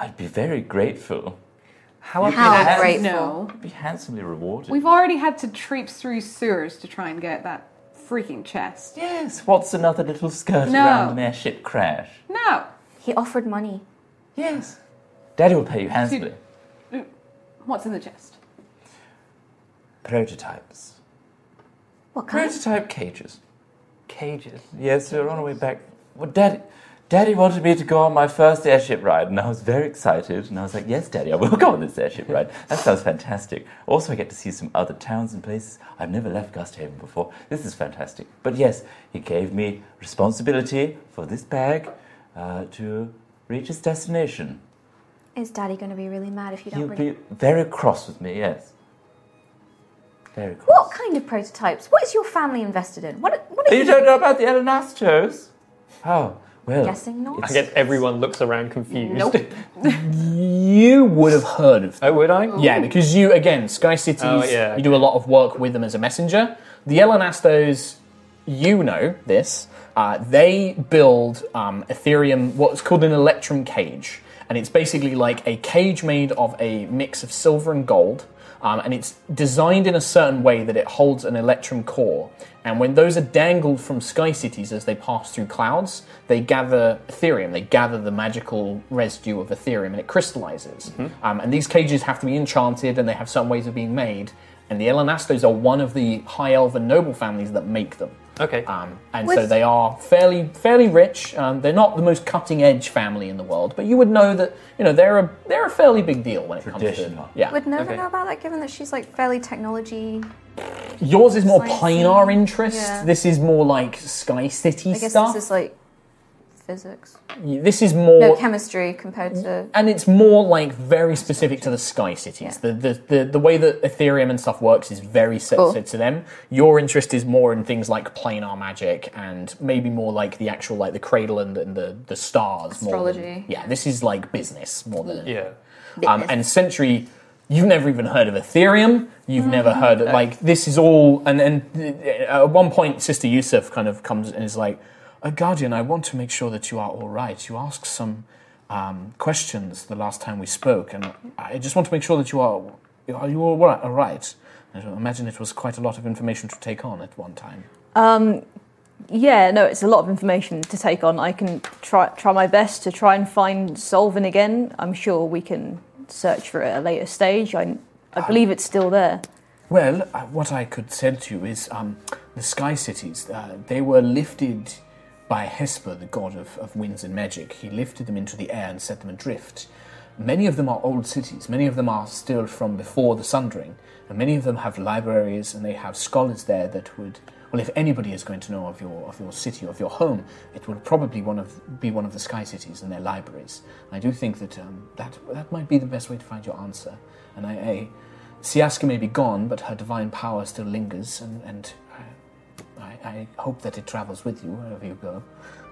I'd be very grateful.
How
You'd be
How
hands-
grateful. No.
Be handsomely rewarded.
We've already had to traipse through sewers to try and get that freaking chest.
Yes. What's another little skirt
No.
around an airship crash?
No.
He offered money.
Yes. Daddy will pay you handsomely.
What's in the chest?
Prototypes.
What
kind?
Prototype cages.
Cages.
Yes, we were on our way back. Well, Daddy, Daddy wanted me to go on my first airship ride, and I was very excited. And I was like, "Yes, Daddy, I will go on this airship ride. That sounds fantastic. Also, I get to see some other towns and places I've never left Gusthaven before. This is fantastic." But yes, he gave me responsibility for this bag uh, to reach its destination.
Is Daddy going to be really mad if you don't
He'll
bring
be very cross with me. Yes, very cross.
What kind of prototypes? What is your family invested in? What? what are
You don't know about the Elenastos? Oh, well.
Guessing not.
I guess everyone looks around confused.
Nope.
You would have heard of.
Oh, would I?
Yeah, because you again, Sky Cities.
Oh, yeah,
You do a lot of work with them as a messenger. The Elanastos, you know this. Uh, they build um, Ethereum, what's called an Electrum cage, and it's basically like a cage made of a mix of silver and gold. Um, and it's designed in a certain way that it holds an Electrum core. And when those are dangled from Sky Cities as they pass through clouds, they gather Ethereum. They gather the magical residue of Ethereum and it crystallizes. Um, and these cages have to be enchanted and they have certain ways of being made. And the Elanastos are one of the high elven noble families that make them.
Okay.
Um, and
Was-
so they are fairly fairly rich. Um, they're not the most cutting edge family in the world, but you would know that you know they're a they're a fairly big deal when it comes to
Traditional.
yeah.
Would Nova
Okay.
know about that, given that she's like fairly technology?
Yours is more
Science-y.
planar interest.
Yeah.
This is more like Sky City
I guess
stuff.
this is like physics.
Y- This is more
no chemistry compared
Mm.
to.
and it's more like very specific to the sky cities. The, the the the way that Ethereum and stuff works is very set
Cool.
set to them. Your interest is more in things like planar magic and maybe more like the actual like the cradle and, and the the stars. More than,
Astrology.
yeah, this is like business more than
yeah.
Um, and Century, you've never even heard of Ethereum. You've never heard of, like this is all. And and uh, at one point, Sister Yusuf kind of comes and is like, "Uh, "Guardian, I want to make sure that you are all right. You asked some um, questions the last time we spoke, and I just want to make sure that you are are you all right? All right." I imagine it was quite a lot of information to take on at one time.
Um, yeah, no, it's a lot of information to take on. I can try try my best to try and find Solvin again. I'm sure we can search for it at a later stage. I I believe it's still there.
Well, uh, what I could send to you is um, the Sky Cities. Uh, they were lifted by Hesper, the god of, of winds and magic. He lifted them into the air and set them adrift. Many of them are old cities. Many of them are still from before the Sundering. And many of them have libraries and they have scholars there that would. Well, if anybody is going to know of your of your city, of your home, it will probably one of be one of the Sky Cities and their libraries. I do think that um, that that might be the best way to find your answer. And I, I Siaska may be gone, but her divine power still lingers, and, and I, I, I hope that it travels with you wherever you go.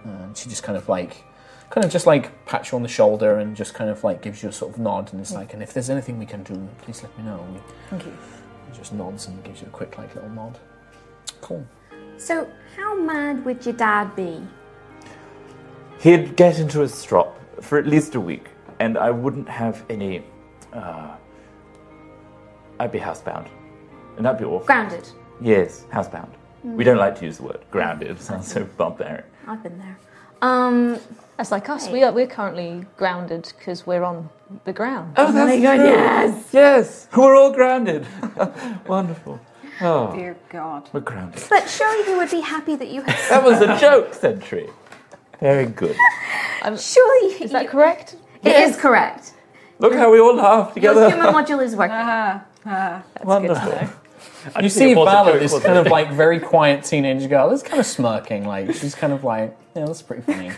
Uh, and she just kind of like, kind of just like pats you on the shoulder and just kind of like gives you a sort of nod, and it's like, and if there's anything we can do, please let me know.
Mm. Thank you.
And just nods and gives you a quick like little nod. Cool.
So, how mad would your dad be?
He'd get into a strop for at least a week, and I wouldn't have any. Uh, I'd be housebound, and that'd be awful.
Grounded.
Yes, housebound.
Mm.
We don't like to use the word grounded. It sounds so barbaric.
I've been there. Um,
that's like us. We are we're currently grounded because we're on the ground.
Oh, that's true. Yes, yes. We're all grounded. Wonderful. Oh,
Dear God.
we're grounded.
But surely he would be happy that you had.
That was a joke, Sentry. Very good.
surely. Is that correct? It is correct.
Look how we all laugh
Your
together.
humor module is working.
Uh-huh. That's
Wonderful.
I you
just need
see
a positive
Valor,
joke,
this
wasn't
kind of
it?
like very quiet teenage girl, that's kind of smirking. Like she's kind of like, yeah, that's pretty funny.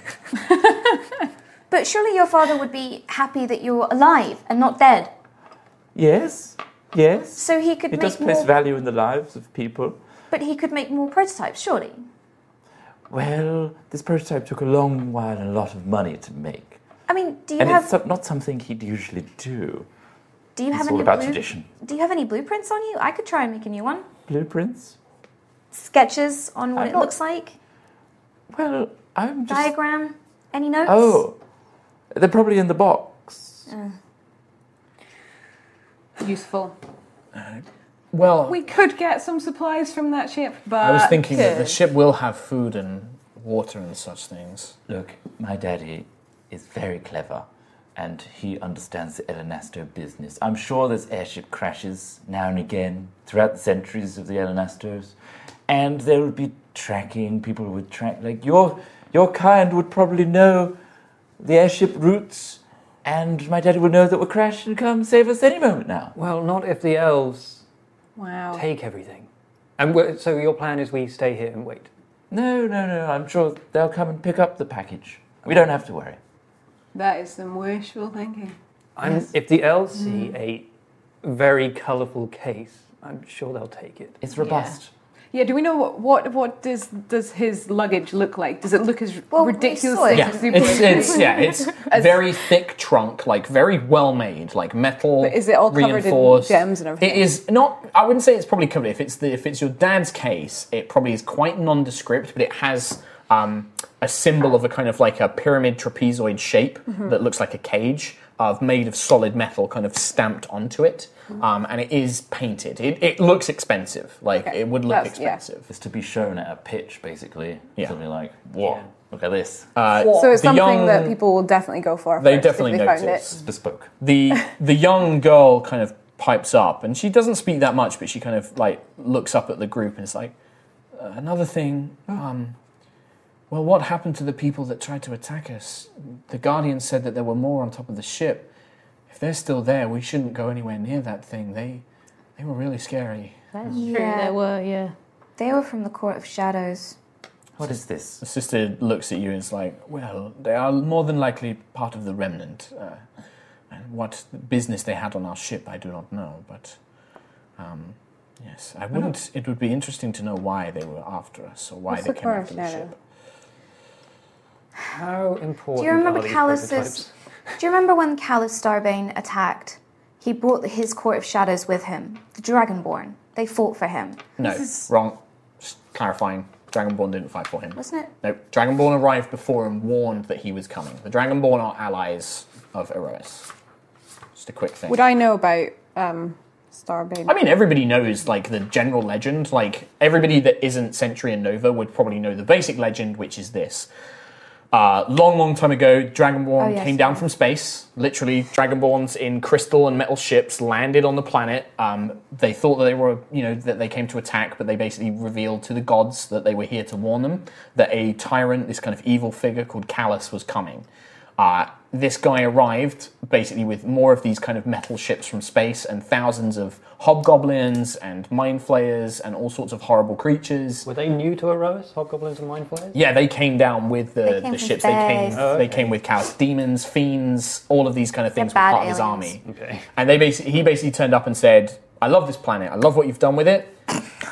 But surely your father would be happy that you're alive and not dead,
Yes, yes.
so he could
He does
make
place
more.
value in the lives of people.
But he could make more prototypes, surely.
Well, this prototype took a long while and a lot of money to make.
I mean, do you
and
have
it's so- not something he'd usually do.
do you have
it's
any
all about
blue-
tradition.
Do you have any blueprints on you? I could try and make a new one.
Blueprints?
Sketches on what
I'm
it
not-
looks like.
Well, I'm just.
diagram. Any notes?
Oh, they're probably in the box.
Uh,
Useful.
Well,
We could get some supplies from that ship, but
I was thinking that the ship will have food and water and such things.
Look, my daddy is very clever and he understands the Elenasto business. I'm sure there's airship crashes now and again throughout the centuries of the Elenastos, and there would be tracking, people would track. Like, your, your kind would probably know the airship routes, and my daddy would know that we're crashed and come save us any moment now.
Well, not if the elves
Wow.
take everything. And we so your plan is we stay here and wait.
No, no, no, I'm sure they'll come and pick up the package. We don't have to worry.
that is some wishful thinking.
I'm, If the elves
Mm-hmm.
see a very colourful case, I'm sure they'll take it.
It's
robust. Yeah, do we know what what, what does does his luggage look like? Does it look as ridiculous
saw it.
Yeah,
as we
it's, it's yeah, it's
As-
very thick trunk, like very well made, like metal.
But is it all covered in
reinforced.
gems and everything?
It is not. I wouldn't say it's probably covered. If it's the, if it's your dad's case, it probably is quite nondescript, but it has um, a symbol of a kind of like a pyramid trapezoid shape
Mm-hmm.
Mhm.
that looks like a cage. Of made of solid metal, kind of stamped onto it,
Mm-hmm.
um, and it is painted. It, it looks expensive, like it would look
That's- yeah.
expensive.
It's to be shown at a pitch, basically.
Yeah.
Something like, whoa, look at this.
Uh,
so it's
the
something
young-
that people will definitely go for.
They
first
definitely
if they
notice.
found it.
bespoke.
The the young girl kind of pipes up, and she doesn't speak that much, but she kind of like looks up at the group and is like, "Uh, "Another thing,
Hmm.
um, well, what happened to the people that tried to attack us? The Guardian said that there were more on top of the ship. If they're still there, we shouldn't go anywhere near that thing. They they were really scary."
That's true. There were, yeah.
They were from the Court of Shadows.
What is this?
The sister looks at you and is like, Well, they are more than likely part of the remnant. Uh, and what business they had on our ship, I do not know, but. Um, yes,
Oh.
I wouldn't. It would be interesting to know why they were after us or why
What's
they
the
came
Court of
after the
Shadow?
ship.
How important
Do you remember
are these
Callus's?
prototypes?
Do you remember when Callus Starbane attacked? He brought his Court of Shadows with him, the Dragonborn. They fought for him.
No,
This is-
wrong. Just clarifying. Dragonborn didn't fight for him.
wasn't it?
No, Dragonborn arrived before and warned that he was coming. The Dragonborn are allies of Erois. Just a quick thing.
Would I know about um, Starbane?
I mean, everybody knows like the general legend. Like everybody that isn't Sentry and Nova would probably know the basic legend, which is this: uh, long, long time ago, Dragonborn
Oh, yes,
came down from space. Literally, Dragonborns in crystal and metal ships landed on the planet. Um, they thought that they were, you know, that they came to attack, but they basically revealed to the gods that they were here to warn them that a tyrant, this kind of evil figure called Callus, was coming. Uh, this guy arrived basically with more of these kind of metal ships from space and thousands of hobgoblins and mind flayers and all sorts of horrible creatures.
Were they new to Erois, hobgoblins and mind flayers?
Yeah, they came down with the,
They came
the
from
ships. They came,
space. Oh,
they came with cows, demons, fiends, all of these kind of things were
bad
part of his
aliens.
army. And they basically, he basically turned up and said, "I love this planet. I love what you've done with it.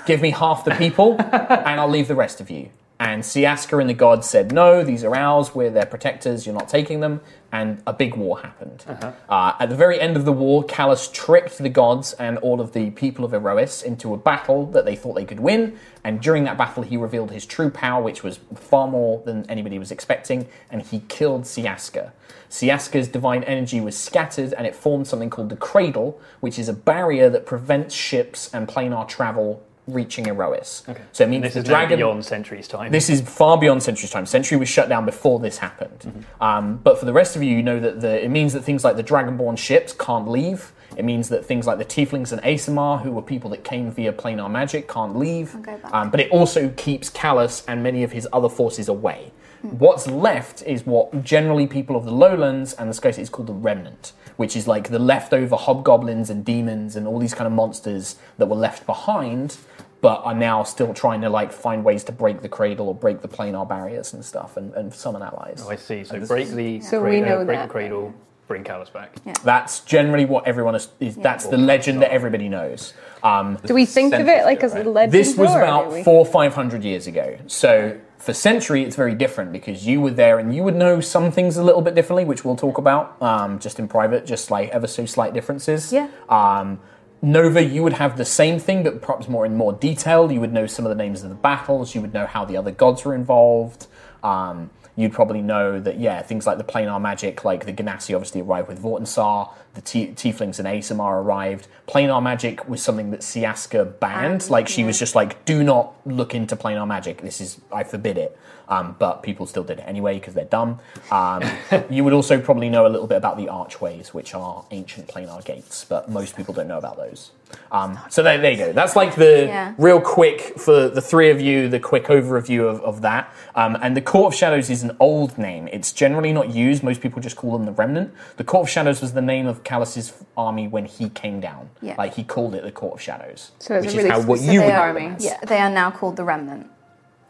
Give me half the people, and I'll leave the rest of you." And Siaska and the gods said, "No, these are ours. We're their protectors. You're not taking them." And a big war happened. Uh, at the very end of the war, Callus tricked the gods and all of the people of Erois into a battle that they thought they could win. And during that battle, he revealed his true power, which was far more than anybody was expecting, and he killed Siaska. Siaska's divine energy was scattered, and it formed something called the Cradle, which is a barrier that prevents ships and planar travel reaching Erois. Okay. So it means
This
the
is now
dragon.
beyond centuries time.
This is far beyond Century's time. Century was shut down before this happened.
Mm-hmm.
Um, but for the rest of you, you know that the, it means that things like the Dragonborn ships can't leave. It means that things like the Tieflings and Asimar, who were people that came via planar magic, can't leave.
I'll go back.
Um, but it also keeps Callus and many of his other forces away. What's left is what generally people of the lowlands and the Sky City is called the Remnant, which is like the leftover hobgoblins and demons and all these kind of monsters that were left behind, but are now still trying to like find ways to break the cradle or break the planar barriers and stuff and, and summon allies.
Oh, I see. So
And this
break
is-
the
So we
cradle,
know
break
that.
the cradle, bring Callus back.
That's generally what everyone is. is That's the legend that everybody knows. Um,
Do we think of it like as a legend?
This was
or
about
do we-
four, five hundred years ago. So for Century, it's very different because you were there and you would know some things a little bit differently, which we'll talk about um, just in private, just like ever so slight differences. Yeah. Um, Nova, you would have the same thing, but perhaps more in more detail. You would know some of the names of the battles. You would know how the other gods were involved. Um, you'd probably know that, yeah, things like the planar magic, like the Ganassi obviously arrived with Vortensar, the T- Tieflings and Asamar arrived. Planar magic was something that Siaska banned.
Banned,
like, she was just like, do not look into planar magic. This is, I forbid it. Um, but people still did it anyway because they're dumb. Um, you would also probably know a little bit about the archways, which are ancient planar gates, but most people don't know about those. Um, so there, there you go. That's like the
Yeah.
real quick for the three of you, the quick overview of, of that. Um, and the Court of Shadows is an old name. It's generally not used. Most people just call them the Remnant. The Court of Shadows was the name of Callus's army when he came down.
Yeah.
Like he called it the Court of Shadows.
So it's a
which
really
is how what
specific
you would know
army.
them as.
Yeah, they are now called the Remnant.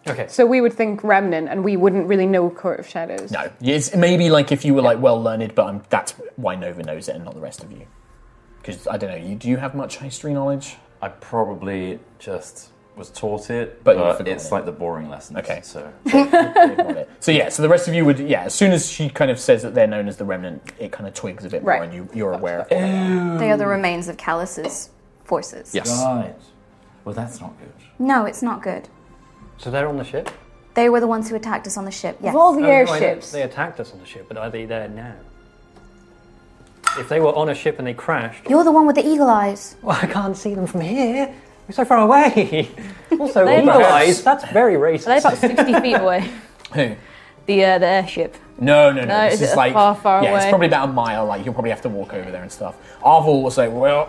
Okay.
So we would think Remnant, and we wouldn't really know Court of Shadows.
No, it's maybe like if you were like well learned, but um that's why Nova knows it and not the rest of you. Because I don't know, you do you have much history knowledge?
I probably just was taught it,
But
but,
you've forgotten
it's like the boring lessons. Okay, so
So yeah, so the rest of you would yeah. As soon as she kind of says that they're known as the Remnant, it kind of twigs a bit
Right.
more, and you you're aware of it.
They are the remains of Callus's forces.
Right. Well, that's not good.
No, it's not good.
So they're on the ship.
They were the ones who attacked us on the ship. Yes.
Oh, no, I know they attacked us on the ship, but are they there now? If they were on a ship and they crashed,
You're the one with the eagle eyes.
Well, I can't see them from here. we're so far away. also,
They're
eagle
about-
eyes. That's very racist.
They're about 60 feet away.
Who?
The, uh, the airship.
No, no, no.
No,
this
is
is
it
like
far, far
yeah, it's
away?
probably about a mile. Like you'll probably have to walk over there and stuff. Arvel was like, well,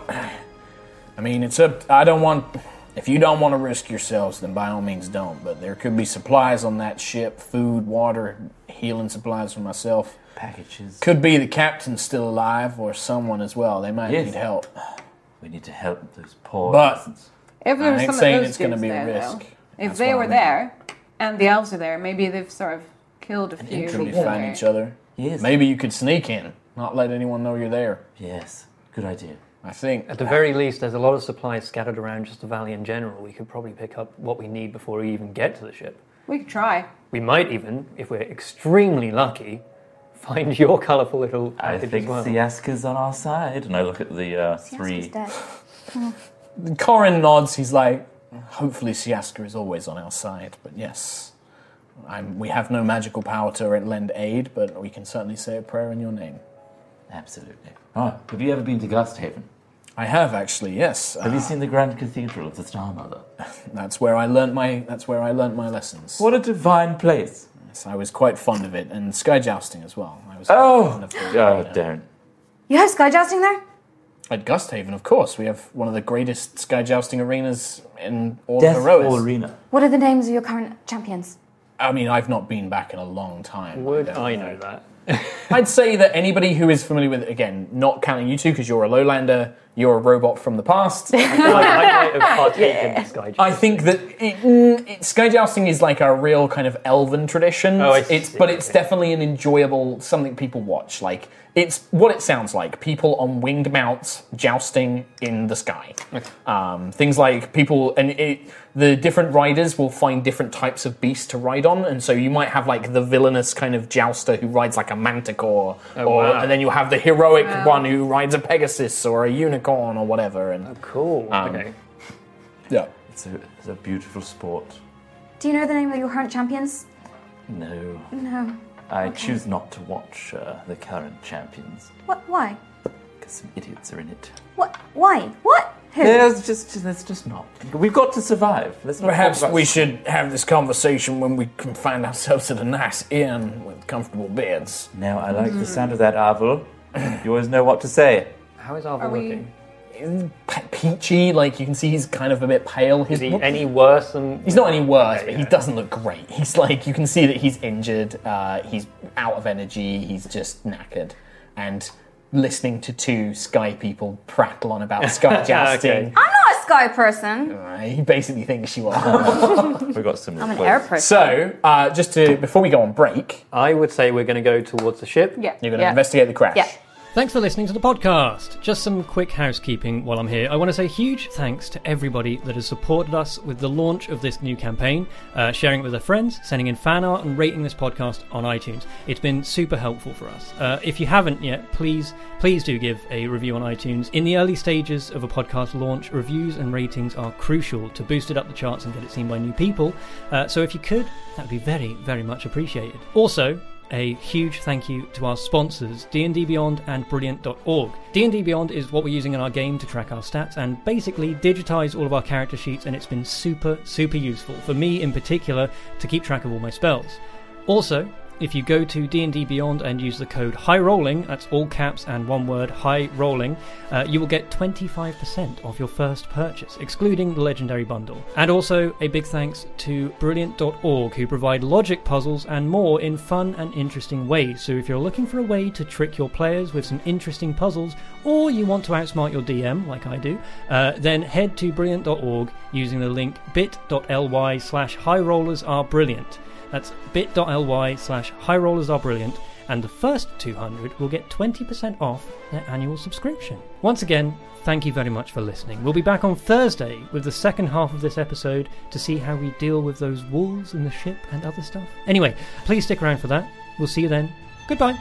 I mean, it's up. I don't want. If you don't want to risk yourselves, then by all means don't. But there could be supplies on that ship: food, water, healing supplies for myself.
Packages.
Could be the captain's still alive or someone as well. They might
Yes.
need help.
We need to help those poor.
But
If there
I
was
ain't
some of
saying
those
it's gonna
dudes
be a
there,
risk.
though, if they were there, and the elves are there, maybe they've sort of killed a few.
You could
people
find
there.
each other.
Yes.
Maybe you could sneak in, not let anyone know you're there.
Yes. Good idea.
I think.
At the very least, there's a lot of supplies scattered around just the valley in general. We could probably pick up what we need before we even get to the ship.
We could try.
We might even, if we're extremely lucky, find your colourful little
I
package
think
as well.
Siaska's on our side, and I look at the uh, three.
Corin nods. He's like, hopefully Siaska is always on our side. But yes, I'm, we have no magical power to lend aid, but we can certainly say a prayer in your name.
Absolutely. Oh, have you ever been to Gusthaven?
I have actually, yes. Uh,
Have you seen the Grand Cathedral of the Star Mother?
That's where I learnt my. That's where I learnt my lessons.
What a divine place!
Yes, I was quite fond of it, and sky jousting as well. I was
Oh!
fond of the-
Oh, Darren.
You have sky jousting there?
At Gusthaven, of course, we have one of the greatest sky jousting arenas in all
Death
of Heroes.
Hall Arena.
What are the names of your current champions?
I mean, I've not been back in a long time. Would
I know that?
I'd say that anybody who is familiar with, again, not counting you two because you're a lowlander, you're a robot from the past.
I might have partaken in the sky.
I think that it, mm, it, sky jousting is like a real kind of elven tradition.
Oh, I
it's
see,
but it's definitely an enjoyable something people watch. Like it's what it sounds like: people on winged mounts jousting in the sky. Um, things like people and it, the different riders will find different types of beasts to ride on, and so you might have like the villainous kind of jouster who rides like a manticore,
Oh,
or
wow.
and then you have the heroic
Wow.
one who rides a pegasus or a unicorn or whatever. And
cool.
Okay.
Yeah.
It's a, it's a beautiful sport.
Do you know the name of your current champions?
No.
No.
I choose not to watch uh, the current champions
What? Why?
because some idiots are in it.
What? Why? What? Who?
There's just, there's just not. We've got to survive. Let's not
Perhaps
talk about-
we should have this conversation when we can find ourselves at a nice inn with comfortable beds.
Mm.
Now I like the sound of that, Arvel. You always know what to say.
How is Arvel
Are we-
looking?
pe- peachy. Like you can see, he's kind of a bit pale. His,
Is he any worse than?
He's not any worse, but he doesn't look great. He's like you can see that he's injured. Uh, he's out of energy. He's just knackered, and listening to two sky people prattle on about sky
Okay.
jousting.
I'm not a sky person.
Uh, He basically thinks you are. we got some.
I'm an air person.
So, uh, just to before we go on break,
I would say we're going to go towards the ship.
Yeah.
You're going to investigate the crash.
Thanks for listening to the podcast. Just some quick housekeeping while I'm here. I want to say huge thanks to everybody that has supported us with the launch of this new campaign, uh, sharing it with their friends, sending in fan art, and rating this podcast on iTunes. It's been super helpful for us. Uh, if you haven't yet, please, please do give a review on iTunes. In the early stages of a podcast launch, reviews and ratings are crucial to boost it up the charts and get it seen by new people. Uh, so if you could, that would be very, very much appreciated. Also, a huge thank you to our sponsors d&d beyond and brilliant.org d&d beyond is what we're using in our game to track our stats and basically digitize all of our character sheets and it's been super super useful for me in particular to keep track of all my spells also if you go to d&d beyond and use the code high rolling that's all caps and one word high rolling uh, you will get 25% off your first purchase excluding the legendary bundle and also a big thanks to brilliant.org who provide logic puzzles and more in fun and interesting ways so if you're looking for a way to trick your players with some interesting puzzles or you want to outsmart your dm like i do uh, then head to brilliant.org using the link bit.ly slash high rollers are brilliant that's bit.ly slash high rollers are brilliant, and the first 200 will get 20% off their annual subscription. Once again, thank you very much for listening. We'll be back on Thursday with the second half of this episode to see how we deal with those wolves in the ship and other stuff. Anyway, please stick around for that. We'll see you then. Goodbye.